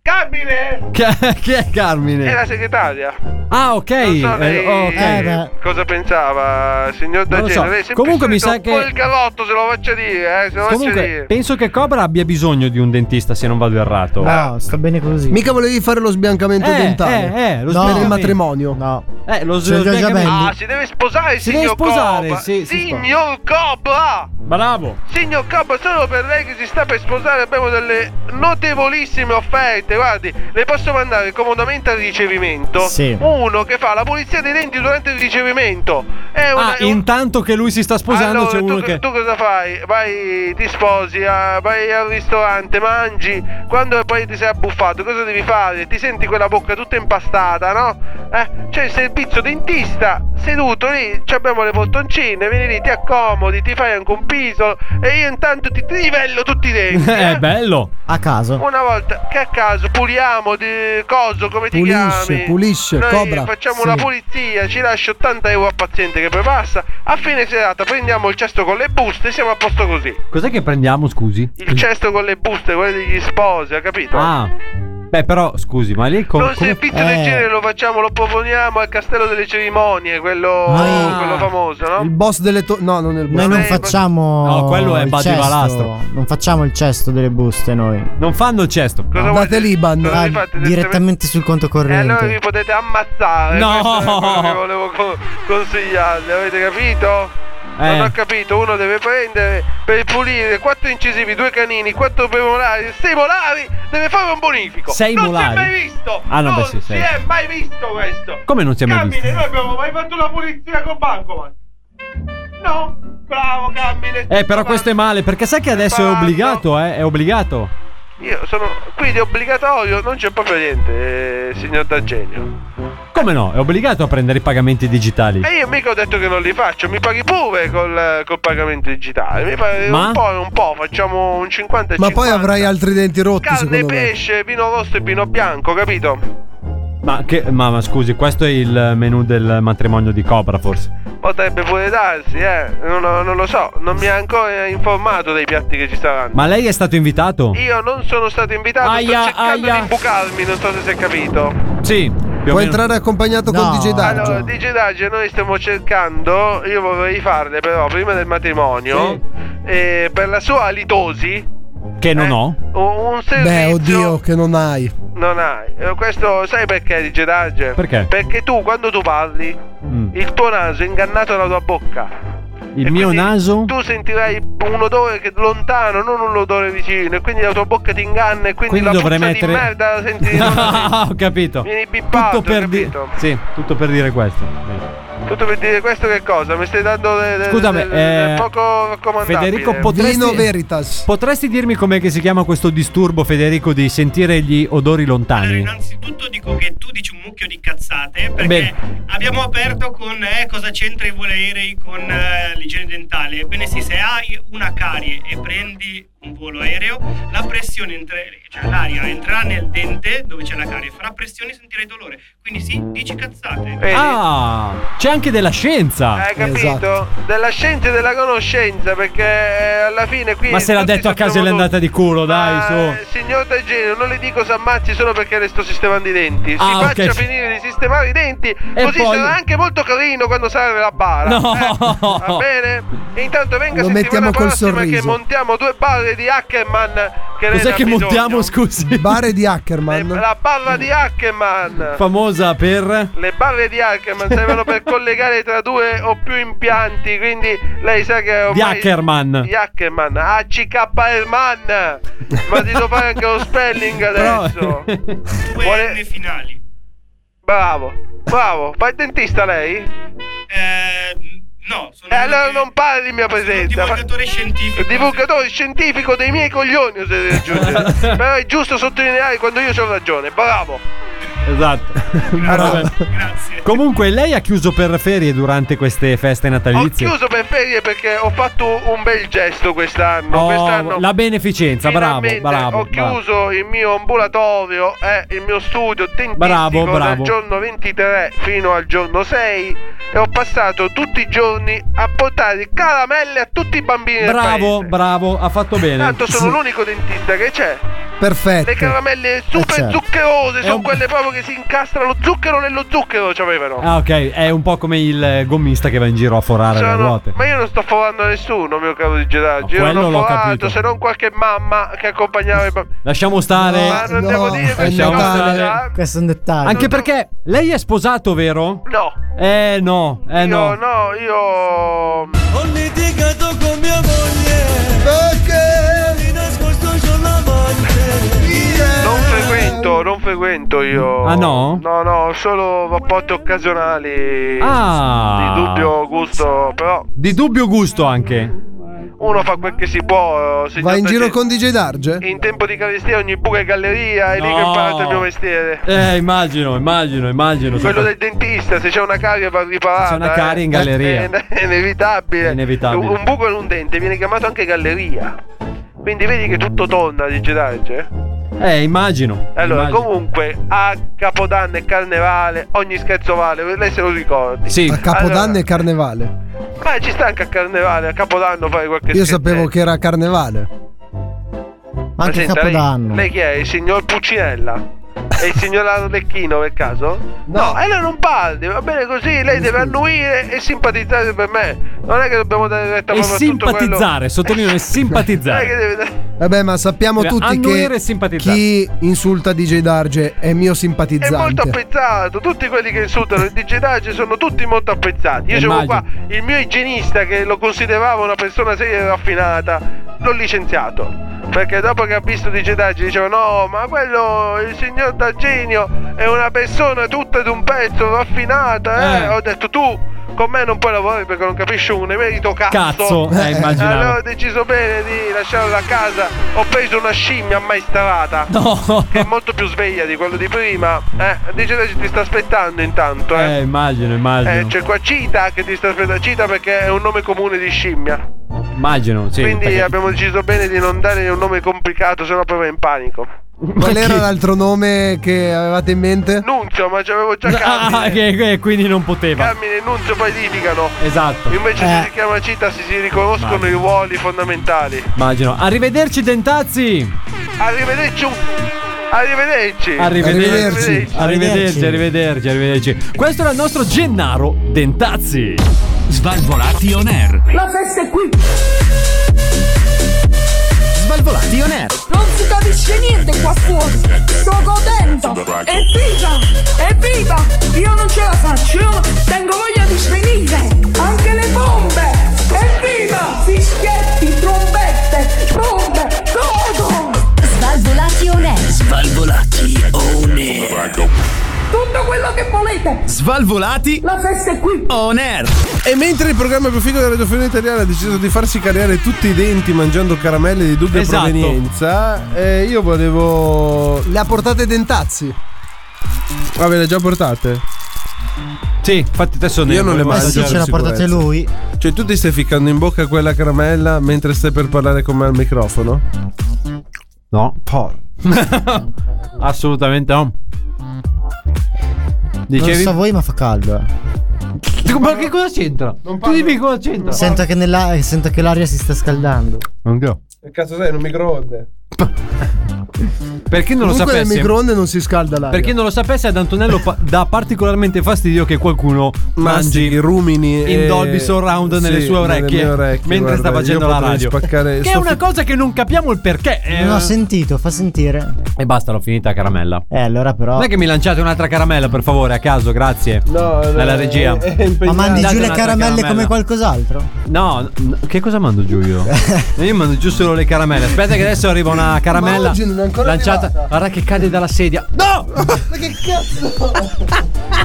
S16: Carmine!
S9: Chi chi è Carmine?
S16: È la segretaria.
S9: Ah, ok.
S16: Non so
S9: eh,
S16: lei
S9: ok.
S16: cosa pensava, signor
S9: Non lo
S16: D'Ageno.
S9: so.
S16: Lei è sempre
S9: Comunque mi
S16: solito
S9: sa che-
S16: Un po' il galotto, se lo faccia dire, eh. Se lo faccia
S9: Comunque,
S16: dire.
S9: penso che Cobra abbia bisogno di un dentista, se non vado errato.
S13: No, Ah, sta bene così.
S14: Mica volevi fare lo sbiancamento
S9: Eh,
S14: dentale?
S9: eh, eh, lo
S14: Per il
S9: sbiancamento.
S14: matrimonio?
S13: No.
S9: Eh, lo
S14: C'è
S9: lo
S14: già
S9: sbiancamento-
S14: Giabelli.
S16: Ah, si deve sposare,
S9: Si
S16: signor
S9: deve sposare,
S16: Cobra.
S9: sì, si
S16: signor Cobra!
S9: Bravo.
S16: Signor Cobra, solo per lei che si sta per sposare abbiamo delle notevolissime offerte. Guardi, le posso mandare comodamente al ricevimento.
S9: Sì.
S16: Uno che fa la pulizia dei denti durante il ricevimento. È una,
S9: Ah, intanto che lui si sta sposando,
S16: allora,
S9: c'è uno
S16: tu,
S9: che.
S16: tu cosa fai? Vai, ti sposi, ah, vai al ristorante, mangi. Quando poi ti sei abbuffato, cosa devi fare? Ti senti quella bocca tutta impastata, no? Eh, c'è il servizio dentista, seduto lì, ci abbiamo le poltroncine, vieni lì, ti accomodi, ti fai anche un piso e io intanto ti trivello tutti i denti.
S9: Eh,
S16: eh.
S9: bello.
S13: A caso.
S16: Una volta, che a caso, puliamo di coso, come ti
S14: Pulisce,
S16: chiami?
S14: pulisce,
S16: Noi
S14: Cobra.
S16: facciamo
S14: Sì.
S16: una pulizia, ci lascio 80 euro al paziente che poi passa. A fine serata prendiamo il cesto con le buste e siamo a posto così.
S9: Cos'è che prendiamo, scusi?
S16: Il cesto con le buste, quello degli sposi, ha capito?
S9: Ah. Beh, però, scusi, ma lì con.
S16: Un servizio
S14: eh.
S16: del genere lo facciamo, lo proponiamo al castello delle cerimonie, quello,
S13: Ah.
S16: quello famoso, no?
S14: Il boss delle to- No, non è il boss.
S13: Noi non facciamo.
S14: No, quello è
S13: il
S14: Buddy
S13: cesto.
S14: Valastro.
S13: Non facciamo il cesto delle buste noi.
S9: Non fanno il cesto.
S14: Andate lì, bando.
S13: Ah, direttamente sul conto corrente.
S16: Allora vi potete ammazzare.
S13: No!
S16: Questo è quello che volevo co- consigliarvi, avete capito? Non
S13: Eh.
S16: ho capito, uno deve prendere per pulire quattro incisivi, due canini, quattro premolari, sei molari, deve fare un bonifico.
S9: Sei
S16: non
S9: molari?
S16: si è mai visto!
S9: Ah, no,
S16: non
S9: beh, sì,
S16: si
S9: sei.
S16: è mai visto questo!
S9: Come non si è mai
S16: Cammine,
S9: visto?
S16: noi abbiamo mai fatto una pulizia con Bancomat? No? Bravo, Cammine!
S9: Eh, però questo è male, perché sai che adesso è obbligato, eh? È obbligato.
S16: Io sono... quindi obbligatorio, non c'è proprio niente, eh, signor D'Argenio.
S9: Come no? È obbligato a prendere i pagamenti digitali.
S16: E io mica ho detto che non li faccio, mi paghi pure col, col pagamento digitale. Mi paghi
S14: Ma?
S16: un po' e un po', facciamo un 50 e
S14: Ma
S16: 50.
S14: poi avrai altri denti rotti,
S16: Carne,
S14: secondo me.
S16: pesce, vino rosso e vino bianco, capito?
S9: Ma, che, ma, ma scusi, questo è il menu del matrimonio di Cobra, forse.
S16: Potrebbe pure darsi, eh. Non, non lo so, non mi ha ancora informato dei piatti che ci saranno.
S9: Ma lei è stato invitato?
S16: Io non sono stato invitato,
S14: Aia,
S16: sto cercando
S14: aia.
S16: di imbucarmi, non so se si è capito.
S9: Sì.
S14: Puoi entrare accompagnato con DJ Darge.
S16: Allora, DJ Darge noi stiamo cercando, io vorrei farle però prima del matrimonio, eh, per la sua litosi,
S9: Che non ho.
S16: un, Eh, un servizio...
S14: Beh, oddio, che non hai.
S16: Non hai. Eh, Questo sai perché DJ Darge?
S14: Perché?
S16: Perché tu quando tu parli, il tuo naso è ingannato dalla tua bocca.
S9: Mm. Il mio naso?
S16: Tu sentirai un odore che lontano, non un odore vicino, e quindi la tua bocca ti inganna e quindi,
S9: Quindi
S16: la
S9: dovrei
S16: puzza
S9: mettere-
S16: di merda la senti
S9: Ah, ho capito.
S16: Vieni bippato,
S9: tutto per dire.
S16: capito?
S9: Sì, tutto per dire questo.
S16: Tutto per dire questo che cosa? Mi stai dando del, del-
S9: Scusami,
S16: del- del
S9: eh,
S16: poco raccomandabile.
S9: Federico, potresti, potresti dirmi com'è che si chiama questo disturbo, Federico, di sentire gli odori lontani?
S10: Innanzitutto dico che tu dici un mucchio di cazzate perché
S9: Beh.
S10: abbiamo aperto con eh, cosa c'entra i voleri con eh, l'igiene dentale. Ebbene sì, se hai una carie e prendi un volo aereo, la pressione entre- cioè l'aria entrerà nel dente dove c'è la carie, farà pressione e sentirai dolore. Quindi sì, dici cazzate.
S9: Ah, Esatto. c'è anche della scienza.
S16: Hai capito? Della scienza e della conoscenza, perché eh, alla fine qui.
S9: Ma se l'ha
S16: tutti
S9: detto a caso e l'è
S16: sappiamo
S9: andata di culo, dai,
S16: Eh,
S9: su.
S16: Signor D'Agenio, non le dico s'ammazzi solo perché le sto sistemando i denti. Si
S9: Ah, ok.
S16: faccia finire di sistemare i denti, così
S9: poi-
S16: sarà anche molto carino quando sarà nella bara.
S9: No.
S16: Eh, va bene? E intanto venga
S14: Lo
S16: settimana
S14: mettiamo col
S16: prossima che
S14: sorriso.
S16: montiamo due barre di Hackerman. Che lei ne ha bisogno.
S9: scusi?
S14: Bare di Ackerman.
S16: La barra di Hackerman.
S9: Famosa per.
S16: Le barre di Ackerman servono per collegare tra due o più impianti, quindi lei sa che ormai...
S9: Di Ackerman.
S16: Di Ackerman, ACK Herman! Ma ti devo fare anche lo spelling
S9: Però-
S16: adesso! Vuole... le finali. Bravo, bravo, fa il dentista lei?
S10: Eh, No, sono
S16: E allora non parli in mia presenza.
S10: divulgatore scientifico.
S16: Divulgatore scientifico dei miei coglioni, oserei aggiungere. Però è giusto sottolineare quando io ho ragione, bravo.
S9: Esatto. Grazie. Comunque, lei ha chiuso per ferie durante queste feste
S16: Ho
S9: natalizie.
S16: chiuso per ferie perché ho fatto un bel gesto quest'anno.
S9: Oh,
S16: quest'anno
S9: la beneficenza, bravo,
S16: finalmente
S9: bravo.
S16: Ho
S9: bravo.
S16: chiuso il mio ambulatorio, eh, il mio studio dentistico
S9: Bravo,
S16: dal
S9: bravo.
S16: giorno 23 fino al giorno 6 e ho passato tutti i giorni a portare caramelle a tutti i bambini del
S9: Bravo,
S16: paese.
S9: bravo, ha fatto bene.
S16: Tanto sono l'unico dentista che c'è.
S14: Perfetto.
S16: Le caramelle super
S9: certo.
S16: zuccherose
S9: È
S16: sono
S9: un-
S16: quelle proprio che si incastra lo zucchero nello zucchero, ci avevano.
S9: Ah, ok, è un po' come il eh, gommista che va in giro a forare le
S16: Sono-
S9: ruote.
S16: Cioè, Ma io non sto forando nessuno, mio caro di Gerardi. Io
S9: quello
S16: non
S9: l'ho
S16: ho forando
S9: capito.
S16: se non qualche mamma che accompagnava i bambini.
S9: Lasciamo stare.
S16: Ma non devo dire
S13: è
S16: queste cose.
S13: Natale.
S16: eh?
S13: Questo è un dettaglio.
S9: Anche perché lei è sposato, vero?
S16: No.
S9: Eh no, eh
S16: Io
S9: no.
S16: no, io.
S17: Ho litigato con mia moglie Perché? Di nascosto c'ho l'amante
S16: Non frequento, non frequento io.
S9: Ah, no?
S16: No, no, solo rapporti occasionali.
S9: Ah.
S16: Di dubbio gusto, però
S9: Di dubbio gusto anche.
S16: uno fa quel che si può. eh, signor
S14: Vai in giro
S16: Presidente.
S14: con DJ Darge?
S16: In tempo di carestia ogni buca è galleria, è lì che
S9: No.
S16: imparato il mio mestiere.
S9: Eh, immagino, immagino, immagino.
S16: Quello del dentista, se c'è una carie va riparata.
S9: Se c'è una
S16: eh.
S9: carie in galleria.
S16: È, è inevitabile.
S9: È inevitabile.
S16: Un buco in un dente viene chiamato anche galleria. Quindi vedi che tutto torna di Gedarge.
S9: Eh, immagino.
S16: Allora,
S9: immagino.
S16: comunque, a Capodanno e Carnevale, ogni scherzo vale, lei se lo ricordi.
S9: Sì.
S14: A Capodanno
S16: Allora,
S14: e Carnevale.
S16: ma ci sta anche a Carnevale, a Capodanno fare qualche
S14: Io
S16: scherzetto.
S14: sapevo che era Carnevale.
S16: Ma senta, lei- Lei, chi è? Il signor Puccinella? E il signor Arlecchino per caso? No, e lei non parli, va bene così, lei deve annuire e simpatizzare per me. Non è che dobbiamo dare retta
S9: E
S16: proprio a tutto quello.
S9: simpatizzare, sottolineo, e
S16: Non è che
S9: simpatizzare.
S16: deve dare-
S14: Vabbè, ma sappiamo
S9: Cioè,
S14: tutti
S9: annuire e
S14: che
S9: simpatizzare.
S14: chi insulta DJ Darge è
S16: È
S14: mio
S16: molto
S14: simpatizzante.
S16: apprezzato, tutti quelli che insultano il digitale sono tutti molto apprezzati. Io c'avevo qua
S14: Immagino.
S16: il mio igienista che lo considerava una persona seria e raffinata, l'ho licenziato. Perché dopo che ha visto digitale diceva no, ma quello, il signor D'Agenio è una persona tutta d'un pezzo, raffinata, eh.
S9: Eh.
S16: Ho detto tu con me non puoi lavorare perché non capisci un emerito cazzo.
S9: Cazzo, eh, immaginavo.
S16: Allora ho deciso bene di lasciarlo a casa, ho preso una scimmia ammaestrata.
S9: No.
S16: Che è molto più sveglia di quello di prima. Eh, dice che ti sta aspettando intanto, eh.
S9: Eh, immagino,
S16: Eh,
S9: immagino.
S16: c'è qua Cita che ti sta aspettando, Cita perché è un nome comune di scimmia.
S9: Immagino, sì.
S16: Quindi
S9: perché-
S16: abbiamo deciso bene di non dare un nome complicato, sennò poi va in panico.
S14: Qual era l'altro nome che avevate in mente?
S16: Nunzio, ma c'avevo già
S9: Ah,
S16: Carmine.
S9: che- che- quindi non poteva.
S16: Carmine e Nunzio poi litigano.
S9: Esatto.
S16: Invece
S9: Eh.
S16: se si chiama Cita si, si riconoscono
S9: Immagino.
S16: i ruoli fondamentali.
S9: Immagino. Arrivederci, Dentazzi.
S16: Arrivederci un... Arrivederci.
S9: Arrivederci. Arrivederci, arrivederci, arrivederci. Questo era il nostro Gennaro Dentazzi. Svalvolati on air.
S6: La festa è qui!
S1: Svalvolati on air.
S6: Non si capisce niente qua fuori! Sto godendo! Evviva! Evviva! Io non ce la faccio! Io tengo voglia di svenire! Anche le bombe! Evviva! Fischietti, trombette, bombe, todo!
S12: Svalvolati on air.
S1: Svalvolati on air.
S6: Tutto quello che volete!
S1: Svalvolati.
S6: La festa è qui.
S1: On air.
S8: E mentre il programma più figo della radiofonia italiana ha deciso di farsi cariare tutti i denti mangiando caramelle di dubbia
S14: Esatto.
S8: provenienza, eh, io volevo.
S14: Le ha portate Dentazzi.
S8: Ah, ve le già portate?
S9: Sì, infatti adesso
S8: Io non le mangio.
S13: sì, ce
S8: per
S13: la portate
S8: sicurezza.
S13: lui.
S8: Cioè, tu ti stai ficcando in bocca quella caramella mentre stai per parlare con me al microfono?
S9: No. Assolutamente no.
S13: Non
S9: Dicevi?
S13: so voi, ma fa caldo. eh.
S9: Ma che cosa c'entra? Tu dimmi cosa c'entra.
S13: Sento che, nella- sento che l'aria si sta scaldando.
S8: Che cazzo sei? Un microonde?
S9: Perché non
S14: Comunque
S9: lo
S14: nel
S9: sapesse?
S14: microonde non si scalda l'aria.
S9: Per chi non lo sapesse, ad Antonello pa- dà particolarmente fastidio che qualcuno mangi
S8: i rumini
S9: in
S8: e-
S9: Dolby Surround nelle
S8: Sì,
S9: sue
S8: nelle
S9: orecchie,
S8: mie orecchie, guarda,
S9: mentre sta facendo
S8: io
S9: la
S8: potrei
S9: radio.
S8: spaccare-
S9: che è
S8: sto
S9: una cosa che non capiamo il perché. eh.
S13: Non ho sentito, fa sentire.
S9: E basta, l'ho finita caramella.
S13: Eh, allora però.
S9: Non è che mi lanciate un'altra caramella, per favore, a caso, grazie.
S8: No,
S9: Dalla regia.
S13: Ma mandi
S9: Date
S13: giù le
S9: un'altra
S13: caramelle
S9: caramella.
S13: come qualcos'altro?
S9: No, n- che cosa mando giù io? io mando giù solo le caramelle. Aspetta, che adesso arriva una caramella.
S14: Ma oggi non è ancora
S9: lanciata.
S14: arrivata.
S9: Guarda che cade dalla sedia. No!
S14: Ma che cazzo?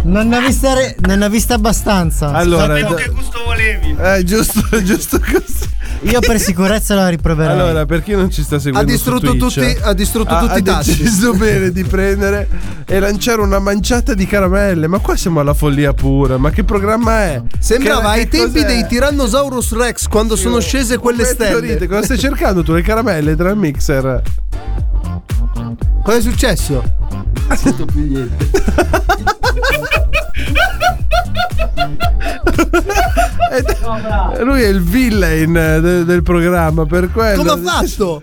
S13: Non ne ha vista, re- non ne ha vista abbastanza.
S8: Allora,
S13: Aspetta,
S8: che gusto volevi? Eh, giusto, giusto così.
S13: io per sicurezza la riproverei.
S8: Allora, per chi non ci sta seguendo,
S14: Ha distrutto
S8: su Twitch,
S14: tutti- ha distrutto tutti i
S8: Ha
S14: tasti.
S8: deciso bene di prendere e lanciare una manciata di caramelle. Ma qua siamo alla follia pura. Ma che programma è?
S14: Sembrava
S8: Che-
S14: ai
S8: che
S14: tempi
S8: cos'è? oh,
S14: dei Tyrannosaurus Rex quando sono scese quelle
S8: Metti
S14: stelle.
S8: dorite, cosa stai cercando tu? Le caramelle tra il mixer?
S14: Cosa è successo?
S8: Lui è il villain eh, de- del programma, per quello.
S14: Come ha fatto?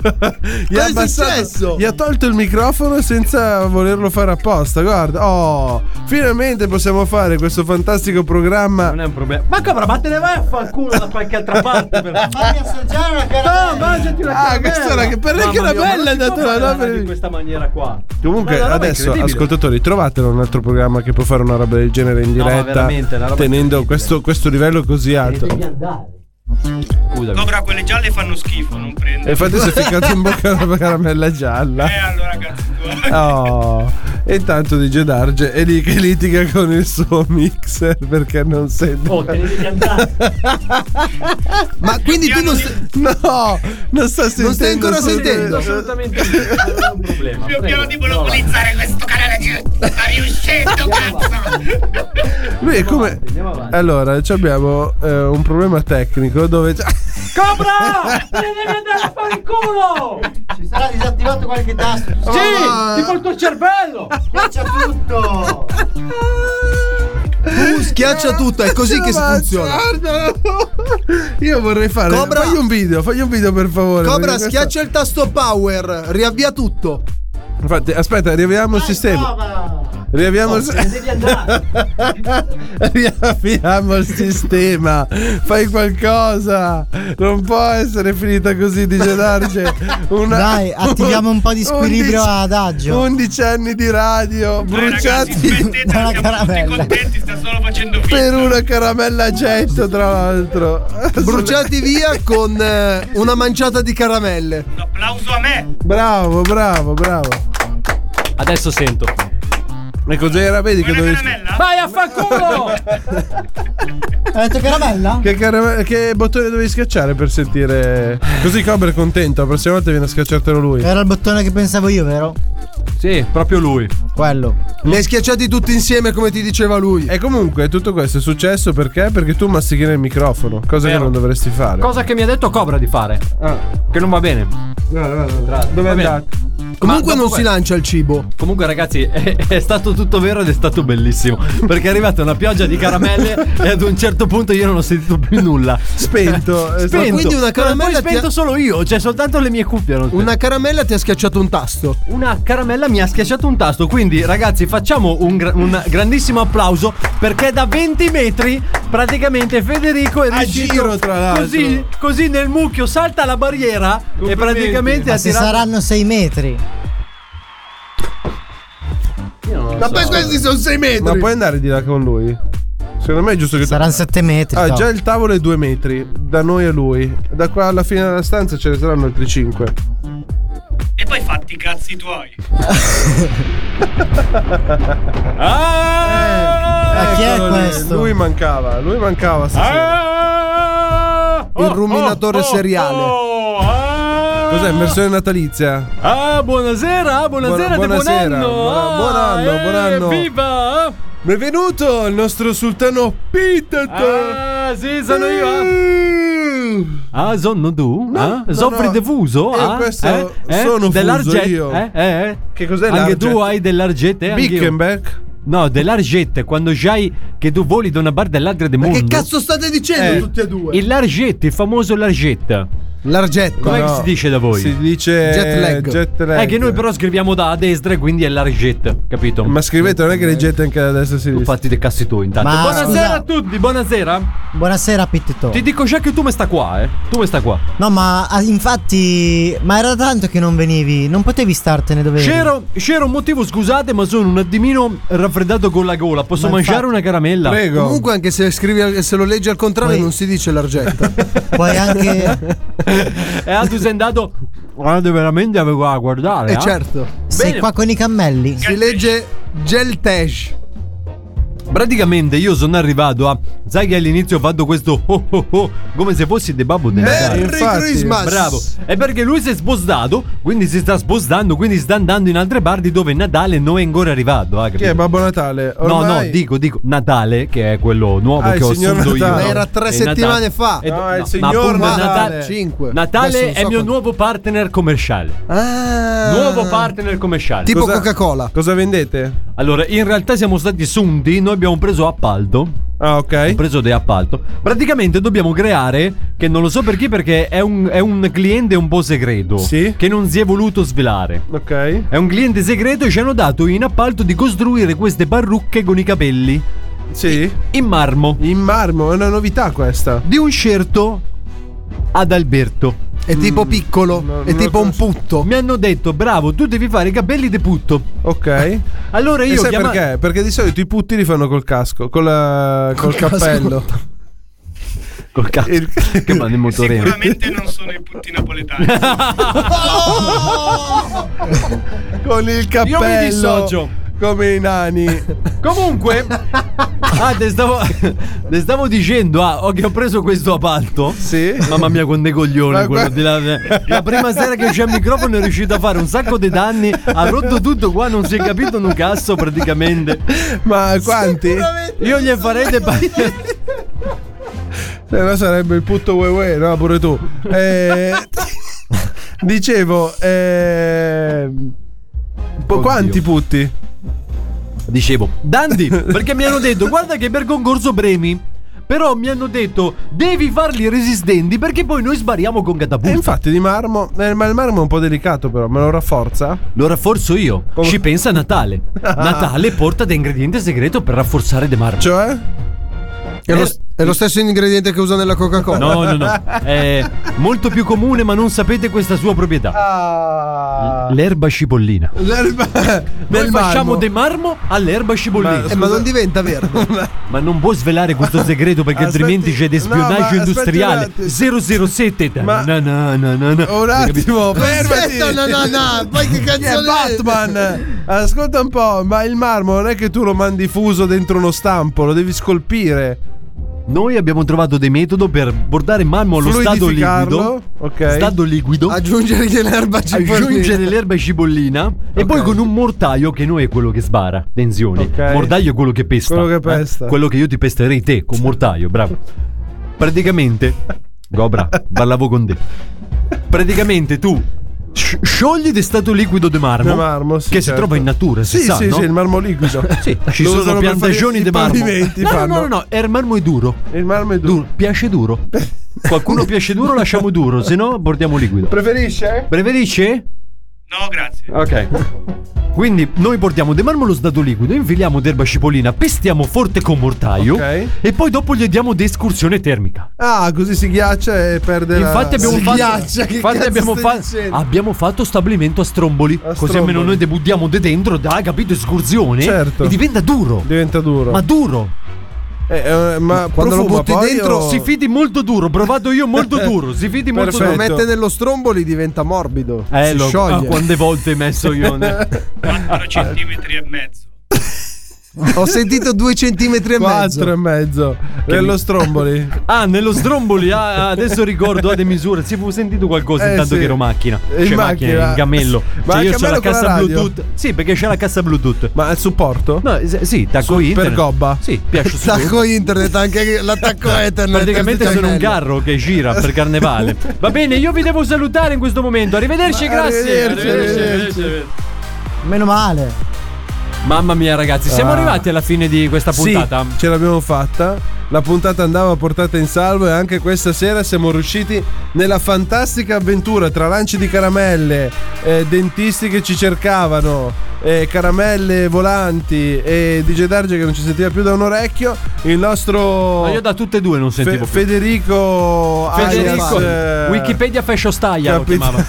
S8: Gli
S14: Cosa
S8: ha
S14: è successo?
S8: Gli ha tolto il microfono senza volerlo fare apposta. Guarda, oh, finalmente possiamo fare questo fantastico programma.
S9: Non è un problema. Ma cobra, ma te ne vai a far culo da qualche altra parte. per- No, mangiati una caramella.
S8: Ah, questa era che per le
S9: Mamma mia,
S8: caramelle
S9: ma
S8: ha
S9: non si
S8: dato
S9: può
S8: la
S9: parlare
S8: roba
S9: in questa maniera qua.
S8: Comunque,
S9: Ma la roba è
S8: adesso,
S9: incredibile.
S8: ascoltatori, trovatelo un altro programma che può fare una roba del genere in
S9: No, ma
S8: diretta.
S9: veramente, una roba
S8: tenendo questo, questo livello così alto. Scusami.
S10: Cobra, quelle gialle fanno schifo, non prendo.
S8: E infatti si è ficcato in bocca la caramella gialla.
S10: Eh, allora, cazzo.
S8: Oh, e intanto DJ Darge è lì che litiga con il suo mixer perché non sente.
S9: Oh, te ne devi andare.
S14: Ma Ah, quindi tu non stai.
S8: No, non sta sentendo.
S14: Non stai ancora sentendo.
S9: Assolutamente sì, non è un problema.
S10: Più piano di
S9: Prova.
S10: monopolizzare questo canale di... Sta riuscendo, cazzo!
S8: Lui è come. Allora, ci abbiamo eh, un problema tecnico dove.
S9: Cobra! Te ne devi andare a fare il culo!
S13: Ci sarà disattivato qualche tasto.
S9: Sì! Tipo il tuo cervello!
S13: Faccia tutto!
S14: Tu schiaccia tutto, è così che si funziona.
S8: Guarda, Io vorrei fare.
S14: Cobra-
S8: Fagli un video, fagli un video per favore.
S14: Cobra
S8: perché
S14: schiaccia il tasto power, riavvia tutto.
S8: questa- Infatti, aspetta, riavviamo il sistema. Riavviamo il sistema.
S17: Devi andare.
S8: Riavviamo il sistema. Fai qualcosa. Non può essere finita così, dice Darge. Una-
S13: Dai, attiviamo un po' di squilibrio
S8: undici-
S13: ad agio.
S8: 11 anni di radio bruciati
S13: da una caramella.
S8: per una caramella a getto, tra l'altro.
S14: Bruciati via con eh, una manciata di caramelle. Un
S10: applauso a me.
S8: Bravo, bravo, bravo.
S9: Adesso sento.
S8: E cos'era? Vedi che dovevi.
S9: Vai a fanculo!
S13: Hai detto caramella?
S8: Che, caramella- che bottone dovevi schiacciare per sentire. Così Cobra è contento. La prossima volta viene a schiacciartelo lui.
S13: Era il bottone che pensavo io, vero?
S8: Sì, proprio lui.
S13: Quello.
S8: Li hai schiacciati tutti insieme come ti diceva lui. E comunque tutto questo è successo perché? Perché tu mastichi nel microfono, cosa che non dovresti fare.
S9: Cosa che mi ha detto Cobra di fare.
S8: Ah.
S9: Che non va bene.
S8: Dove
S9: Comunque non si lancia il cibo. Comunque ragazzi è, è stato tutto vero ed è stato bellissimo. Perché è arrivata una pioggia di caramelle e ad un certo punto io non ho sentito più nulla.
S8: Spento.
S14: Ma
S9: spento.
S14: quindi una
S9: Ma
S14: caramella
S9: Poi
S14: ti ha-
S9: spento solo io, cioè soltanto le mie cuffie. erano spente.
S14: Una caramella ti ha schiacciato un tasto.
S9: Una caramella mi ha schiacciato un tasto, quindi ragazzi facciamo un, gra- un grandissimo applauso perché da 20 metri praticamente Federico è riuscito
S8: giro, tra l'altro.
S9: Così, così nel mucchio salta la barriera e praticamente
S13: Ma
S9: ha
S13: se
S9: tirato...
S13: saranno 6 metri.
S8: Ma poi questi sono 6 metri. Ma puoi andare di là con lui? Secondo me è giusto che.
S13: Saranno 7 metri.
S8: Ah,
S13: no.
S8: già il tavolo è 2 metri. Da noi a lui. Da qua alla fine della stanza ce ne saranno altri 5.
S10: E poi fatti i cazzi tuoi.
S8: Ma
S10: chi è questo?
S8: Lui mancava, lui mancava
S9: Eh, Ah!
S8: stasera.
S9: oh,
S14: Il ruminatore seriale.
S8: Cos'è? Versione natalizia?
S9: Ah, eh. buonasera,
S8: Buona-
S9: buonasera, di buon
S8: buonasera,
S9: anno.
S8: buona-
S9: Ah,
S8: buon anno, buon
S9: eh,
S8: anno.
S9: Viva!
S8: Benvenuto il nostro sultano Pitet.
S9: Ah, sì, sono io. Ah, sono tu?
S8: Eh.
S9: Ah,
S8: no,
S9: soffri
S8: no.
S9: di fuso?
S8: Io
S9: ah,
S8: questo
S9: eh, eh,
S8: sono fuso
S9: dell'argento,
S8: io.
S9: Eh, eh, eh.
S8: Che cos'è
S9: Anche
S8: l'argento?
S9: tu hai dell'argente?
S8: Bickenback?
S9: No, dell'argente, quando giai che tu voli da una barra all'altra del mondo.
S14: Che cazzo state dicendo
S9: Eh,
S14: tutti e due?
S9: Il largette, il famoso largetta.
S14: L'argetto.
S9: Com'è che si dice da voi?
S8: Si dice
S9: Jet lag.
S8: jet lag.
S9: È Eh, che noi però scriviamo da a destra e quindi è largetta, capito?
S8: Ma scrivete, non è che leggete anche da destra a sinistra.
S9: Fatti dei cazzi tu intanto.
S13: Ma
S9: buonasera
S13: scusa.
S9: a tutti, buonasera.
S13: Buonasera, Pittito.
S9: Ti dico già che tu mi sta qua, eh. Tu mi sta qua.
S13: No, ma ah, infatti. Ma era tanto che non venivi. Non potevi startene dove eri.
S9: C'era, c'era un motivo, scusate, ma sono un attimino raffreddato con la gola. Posso
S14: Ma
S9: mangiare
S14: infatti-
S9: una caramella?
S14: Comunque, anche se, scrivi al- se lo leggi al contrario, non si dice l'argetta.
S13: Puoi anche.
S9: E ah, tu sei andato. Guarda, veramente avevo a guardare.
S14: E
S9: ah.
S14: certo.
S13: Sei
S9: Bene.
S13: qua con i cammelli.
S14: Si legge Geltesh.
S9: Praticamente io sono arrivato a. Sai che all'inizio ho fatto questo oh oh oh, come se fossi De Babbo del
S14: Merry
S9: Natale.
S14: Infatti. Christmas.
S9: Bravo! È perché lui si è spostato, quindi si sta spostando, quindi sta andando in altre parti dove Natale non è ancora arrivato. Ah,
S8: Chi è Babbo Natale?
S9: No, no,
S8: Ormai-
S9: dico, dico Natale, che è quello nuovo
S8: Ah, il
S9: che ho
S8: signor
S9: assunto io.
S8: Natale.
S14: Era tre
S9: È
S14: settimane fa.
S9: Natale. È-
S8: No, è il
S9: ma
S8: signor
S9: appunto
S8: Natale.
S14: Cinque. Adesso
S9: Natale
S14: non
S9: è
S14: so
S9: mio
S14: quanto-
S9: nuovo partner commerciale.
S14: Ah.
S9: Nuovo partner commerciale.
S14: Tipo
S9: Cosa-
S14: Coca-Cola.
S8: Cosa vendete?
S9: Allora, in realtà siamo stati assunti, noi abbiamo preso appalto.
S8: Ah, ok.
S9: Abbiamo preso di appalto. Praticamente dobbiamo creare, che non lo so per chi, perché è un, è un cliente un po' segreto.
S8: Sì.
S9: Che non si è voluto svelare.
S8: Ok.
S9: È un cliente segreto e ci hanno dato in appalto di costruire queste parrucche con i capelli.
S8: Sì.
S9: In marmo.
S8: In marmo, è una novità questa.
S9: Di un certo ad Alberto. Mm.
S14: È tipo piccolo. è tipo un putto.
S9: Mi hanno detto, bravo, tu devi fare i capelli di putto.
S8: Ok.
S9: Allora
S8: E
S9: io
S8: sai
S9: chiama-
S8: perché? Perché di solito i putti li fanno col casco, col, eh, col
S14: casco.
S8: cappello.
S9: Col cazzo. che vanno in motorino.
S10: Sicuramente non sono i putti napoletani.
S8: Con il
S9: Io mi
S8: cappello.
S9: dissocio.
S8: Come i nani.
S9: Comunque, ah, te stavo, te stavo dicendo ah, ho- che ho preso questo appalto.
S8: Sì.
S9: Mamma mia, con dei coglioni.
S8: Ma
S9: quello
S8: qua-
S9: di là. La prima sera che c'è il microfono è riuscito a fare un sacco di danni. Ha rotto tutto qua, non si è capito un cazzo praticamente.
S8: Ma quanti?
S9: Io gli farei dei bagni.
S8: Se no Eh, sarebbe il putto we we, no? Pure tu. Eh, dicevo, eh, po-
S9: Oddio.
S8: quanti putti?
S9: Dicevo, Dandi, perché mi hanno detto, guarda che per concorso premi. Però mi hanno detto devi farli resistenti perché poi noi sbariamo con Gadabuta.
S8: infatti di marmo, eh, ma il marmo è un po' delicato però, me lo rafforza?
S9: Lo rafforzo io. Ci pensa Natale. Natale porta da ingrediente segreto per rafforzare De Marmo. Eh,
S8: Cioè?
S14: È
S8: Eh,
S14: lo, è lo stesso ingrediente che usa nella Coca-Cola.
S9: No, no, no. È molto più comune, ma non sapete questa sua proprietà. L- L'erba scipollina.
S8: L'erba.
S9: Noi
S14: Ah. del
S9: facciamo
S14: marmo.
S9: de marmo all'erba scipollina.
S14: Eh, ma non diventa verde.
S9: Ma non può svelare questo segreto perché
S14: Aspetti-
S9: altrimenti c'è
S14: no, ma
S9: despionaggio
S14: aspetti un
S9: industriale.
S14: attimo.
S9: 007. Ma... Na, na, na, na, na.
S8: Un attimo,
S9: Hai capito?
S8: fermati.
S14: Aspetta, no, no, no, poi che
S8: Chi è
S14: cazzo
S8: Batman? Ascolta un po', ma il marmo non è che tu lo mandi fuso dentro uno stampo, lo devi scolpire.
S9: Noi abbiamo trovato dei metodi per portare marmo allo stato
S8: Fluidificarlo,
S9: liquido.
S8: ok.
S9: Stato liquido.
S14: Aggiungere dell'erba cipollina.
S9: Aggiungere l'erba cipollina. E poi con un mortaio che noi è quello che sbara. Attenzione. Mortaio è quello che pesta. eh?
S8: Quello che pesta.
S9: Quello che io ti pesterei te con mortaio, bravo. Praticamente. Gobra, parlavo con te. Praticamente tu. sci- Sciogli di stato liquido di marmo,
S8: De marmo, sì,
S9: che si
S8: certo.
S9: trova in natura, si
S8: Sì,
S9: sa,
S8: sì,
S9: no?
S8: sì, il marmo liquido.
S9: Sì, ci
S8: Lo
S9: sono
S8: usano per
S9: piantagioni
S8: fare
S9: di
S8: i
S9: marmo.
S8: pavimenti,
S9: no, no,
S8: fanno.
S9: no, no, no, è il marmo è duro.
S8: Il marmo è
S9: duro. piace duro. Qualcuno piace duro, lasciamo duro, se no portiamo liquido.
S8: Preferisce?
S9: Preferisce? No, grazie. Ok. Quindi noi portiamo de marmo allo stato liquido, infiliamo d'erba cipollina, pestiamo forte con mortaio
S8: Ok.
S9: e poi dopo gli diamo escursione termica.
S8: Ah, così si ghiaccia e perde
S14: Eh,
S8: la-
S9: Infatti abbiamo
S8: si
S9: fatto
S8: ghiaccia, che
S9: infatti
S8: cazzo
S9: abbiamo,
S8: stai
S9: fa-
S8: dicendo?
S9: abbiamo fatto stabilimento a stromboli, così
S8: Stromboli.
S9: almeno noi debuttiamo de dentro, da capito escursione
S8: Certo.
S9: e diventa duro.
S8: Diventa duro.
S9: Ma duro.
S8: Eh, eh, ma
S14: Quando lo butti dentro
S9: si fidi molto duro, provato io molto duro, si fidi molto
S14: Se lo
S9: duro.
S14: mette nello stromboli diventa morbido.
S9: Eh,
S14: si
S9: lo ah,
S14: scioglie.
S9: quante volte hai messo io? ne-
S14: Ho sentito due centimetri e mezzo.
S8: Quattro e mezzo.
S9: Che
S8: Nello
S9: mi-
S8: stromboli.
S9: Ah, nello stromboli, ah, ah, adesso ricordo ah, le misure. Si fu sentito qualcosa
S8: Eh,
S9: intanto
S8: sì.
S9: che ero macchina.
S8: In
S9: cioè, macchina,
S8: macchina.
S9: in cammello.
S8: Ma
S9: cioè,
S8: il
S9: io c'ho la
S8: cammello con la
S9: cassa
S8: radio?
S9: Bluetooth. Sì, perché c'è la cassa Bluetooth.
S8: Ma il supporto?
S9: No, eh, sì, tacco
S8: Su- Per
S9: internet.
S8: gobba.
S9: Sì, piace
S14: L'attacco
S9: subito.
S14: internet, anche l'attacco ethernet.
S9: Praticamente
S14: tutto è
S9: sono un
S14: bello.
S9: carro che gira per carnevale. Va bene, io vi devo salutare in questo momento. Arrivederci,
S13: Ma-
S9: grazie.
S13: arrivederci,
S9: Arrivederci.
S13: Meno male.
S9: Mamma mia, ragazzi, siamo
S8: Ah.
S9: arrivati alla fine di questa puntata.
S8: Sì, ce l'abbiamo fatta. La puntata andava portata in salvo e anche questa sera siamo riusciti nella fantastica avventura tra lanci di caramelle, eh, dentisti che ci cercavano, eh, caramelle volanti e DJ Darge che non ci sentiva più da un orecchio. Il nostro
S9: Ma io da tutte e due non
S8: Fe-
S9: sentivo più.
S8: Federico alias,
S9: Federico,
S8: eh,
S9: Wikipedia Fascio Staglia lo
S8: Capit-
S9: chiamava.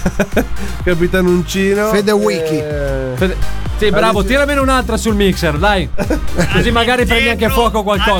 S8: Capitanuncino.
S14: Fede Wiki.
S8: Eh,
S9: Fede- Sì, bravo, tiramene un'altra sul mixer, dai. Così magari prendi anche a fuoco qualcosa.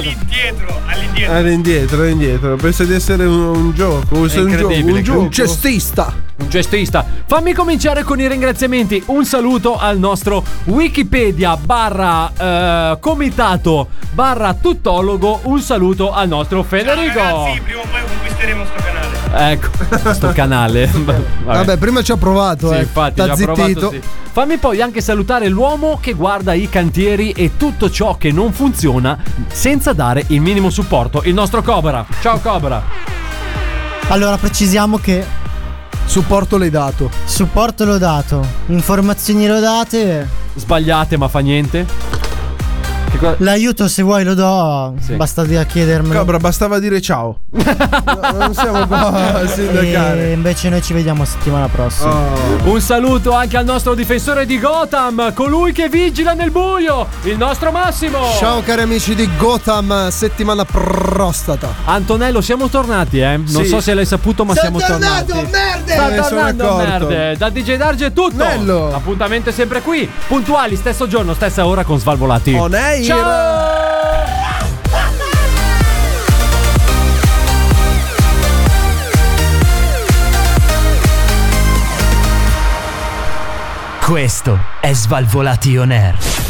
S8: All'indietro, all'indietro. Pensa di essere un, un gioco. Un, un gioco.
S9: incredibile.
S8: Un gioco.
S9: Un
S14: cestista.
S9: Un gestista. Fammi cominciare con i ringraziamenti. Un saluto al nostro Wikipedia barra eh, comitato barra tuttologo. Un saluto al nostro Federico.
S10: Ragazzi, prima o poi conquisteremo sto canale.
S9: Ecco, sto canale. Vabbè.
S14: Vabbè, prima ci ha provato,
S9: Sì,
S14: eh.
S9: infatti,
S14: T'ha
S9: già provato,
S14: zittito.
S9: sì. Fammi poi anche salutare l'uomo che guarda i cantieri e tutto ciò che non funziona senza dare il minimo supporto, il nostro Cobra. Ciao Cobra.
S13: Allora precisiamo che
S14: Supporto l'hai dato.
S13: supporto l'ho dato, informazioni l'ho date,
S9: Sbagliate, ma fa niente. Che cosa-
S13: l'aiuto se vuoi lo do,
S9: Sì.
S13: basta di- chiedermelo.
S8: Cobra, bastava dire ciao. No, non siamo qua a
S13: e
S8: sindacare.
S13: invece noi ci vediamo settimana prossima.
S9: Un saluto anche al nostro difensore di Gotham, colui che vigila nel buio, il nostro Massimo.
S14: Ciao cari amici di Gotham, settimana prostata.
S9: Antonello, siamo tornati, eh? Non
S14: Sì.
S9: so se l'hai saputo, ma siamo tornati. Sta
S14: Me ne Eh, sono
S9: tornando
S14: accorto.
S9: merda. Da DJ Darge è tutto.
S8: Bello.
S9: Appuntamento è sempre qui. Puntuali, stesso giorno, stessa ora con Svalvolati.
S8: On air.
S9: Ciao.
S1: Questo è Svalvolation Air.